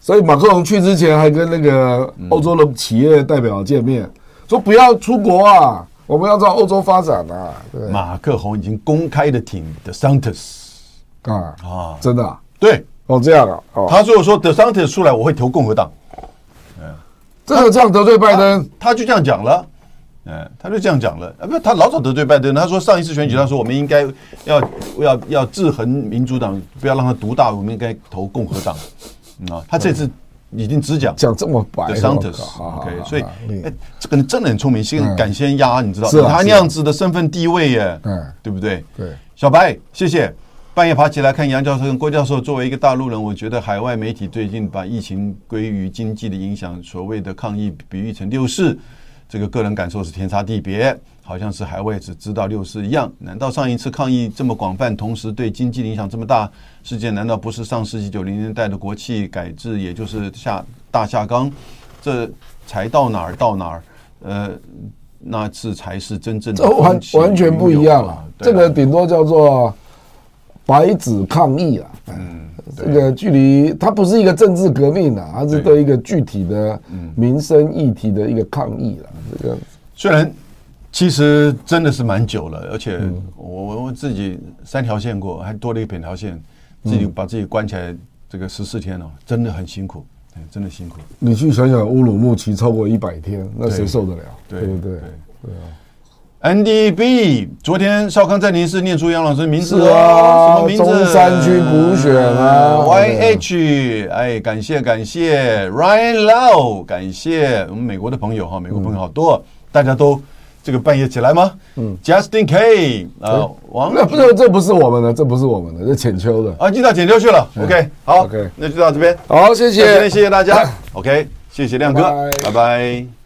Speaker 1: 所以马克龙去之前还跟那个
Speaker 2: 嗯
Speaker 1: 欧洲的企业代表见面，说不要出国啊，我们要到欧洲发展啊，对
Speaker 2: 马克宏已经公开的挺 The Santos
Speaker 1: 啊
Speaker 2: 啊，
Speaker 1: 真的啊
Speaker 2: 对
Speaker 1: 哦这样啊哦，
Speaker 2: 他如果说 The Santos 出来，我会投共和党，
Speaker 1: 真的这样得罪拜登
Speaker 2: 他，他就这样讲了。嗯，他就这样讲了啊，不，他老早得罪拜登了。他说上一次选举，他说我们应该要要要制衡民主党，不要让他独大，我们应该投共和党。嗯啊，他这次已经只讲
Speaker 1: 讲这么白
Speaker 2: The
Speaker 1: 我
Speaker 2: Santos，
Speaker 1: 靠啊好好
Speaker 2: OK，
Speaker 1: 好
Speaker 2: 所以
Speaker 1: 好嗯
Speaker 2: 哎，这个人真的很聪明，先敢先压，你知道
Speaker 1: 是啊
Speaker 2: 他
Speaker 1: 是
Speaker 2: 那
Speaker 1: 啊
Speaker 2: 样子的身份地位耶，
Speaker 1: 嗯
Speaker 2: 对不对？
Speaker 1: 对
Speaker 2: 小白，谢谢。半夜爬起来看杨教授跟郭教授，作为一个大陆人，我觉得海外媒体最近把疫情归于经济的影响，所谓的抗疫比喻成六四，这个个人感受是天差地别，好像是海外只知道六四一样。难道上一次抗疫这么广泛，同时对经济的影响这么大事件，难道不是上世纪九零年代的国企改制，也就是下大下岗，这才到哪儿到哪儿？呃，那次才是真正的
Speaker 1: 这完
Speaker 2: 风起
Speaker 1: 完全不一样
Speaker 2: 云涌
Speaker 1: 了
Speaker 2: 啊。对
Speaker 1: 这
Speaker 2: 啊
Speaker 1: 个顶多叫做白纸抗议啊。嗯，这个距离它不是一个政治革命啊，它是
Speaker 2: 对
Speaker 1: 对嗯一个具体的民生议题的一个抗议了。这个
Speaker 2: 虽然其实真的是蛮久了，而且
Speaker 1: 嗯
Speaker 2: 我我我自己三条线过，还多了一个扁条线，自己把自己关起来这个十四天哦，真的很辛苦，哎真的辛苦。
Speaker 1: 你去想想，乌鲁木齐超过一百天，那
Speaker 2: 对
Speaker 1: 谁受得了？
Speaker 2: 对
Speaker 1: 对不对？
Speaker 2: NDB，昨天少康在临时念出杨老师名字
Speaker 1: 是
Speaker 2: 哦，
Speaker 1: 啊
Speaker 2: 什么名字？
Speaker 1: 中山区补选啊对
Speaker 2: YH，哎，感谢感谢 Ryan Lau，感谢我们美国的朋友哈，美国朋友好
Speaker 1: 嗯
Speaker 2: 多，大家都这个半夜起来吗？嗯，Justin K 啊，王
Speaker 1: 那不是，这不是我们的，这不是我们的，这浅秋的。
Speaker 2: 啊，进到剪掉去了。OK，好
Speaker 1: 嗯 OK
Speaker 2: 那就到这边，
Speaker 1: 好，谢
Speaker 2: 谢
Speaker 1: 谢
Speaker 2: 谢。谢大家。OK，谢谢亮哥，
Speaker 1: 拜拜
Speaker 2: 拜拜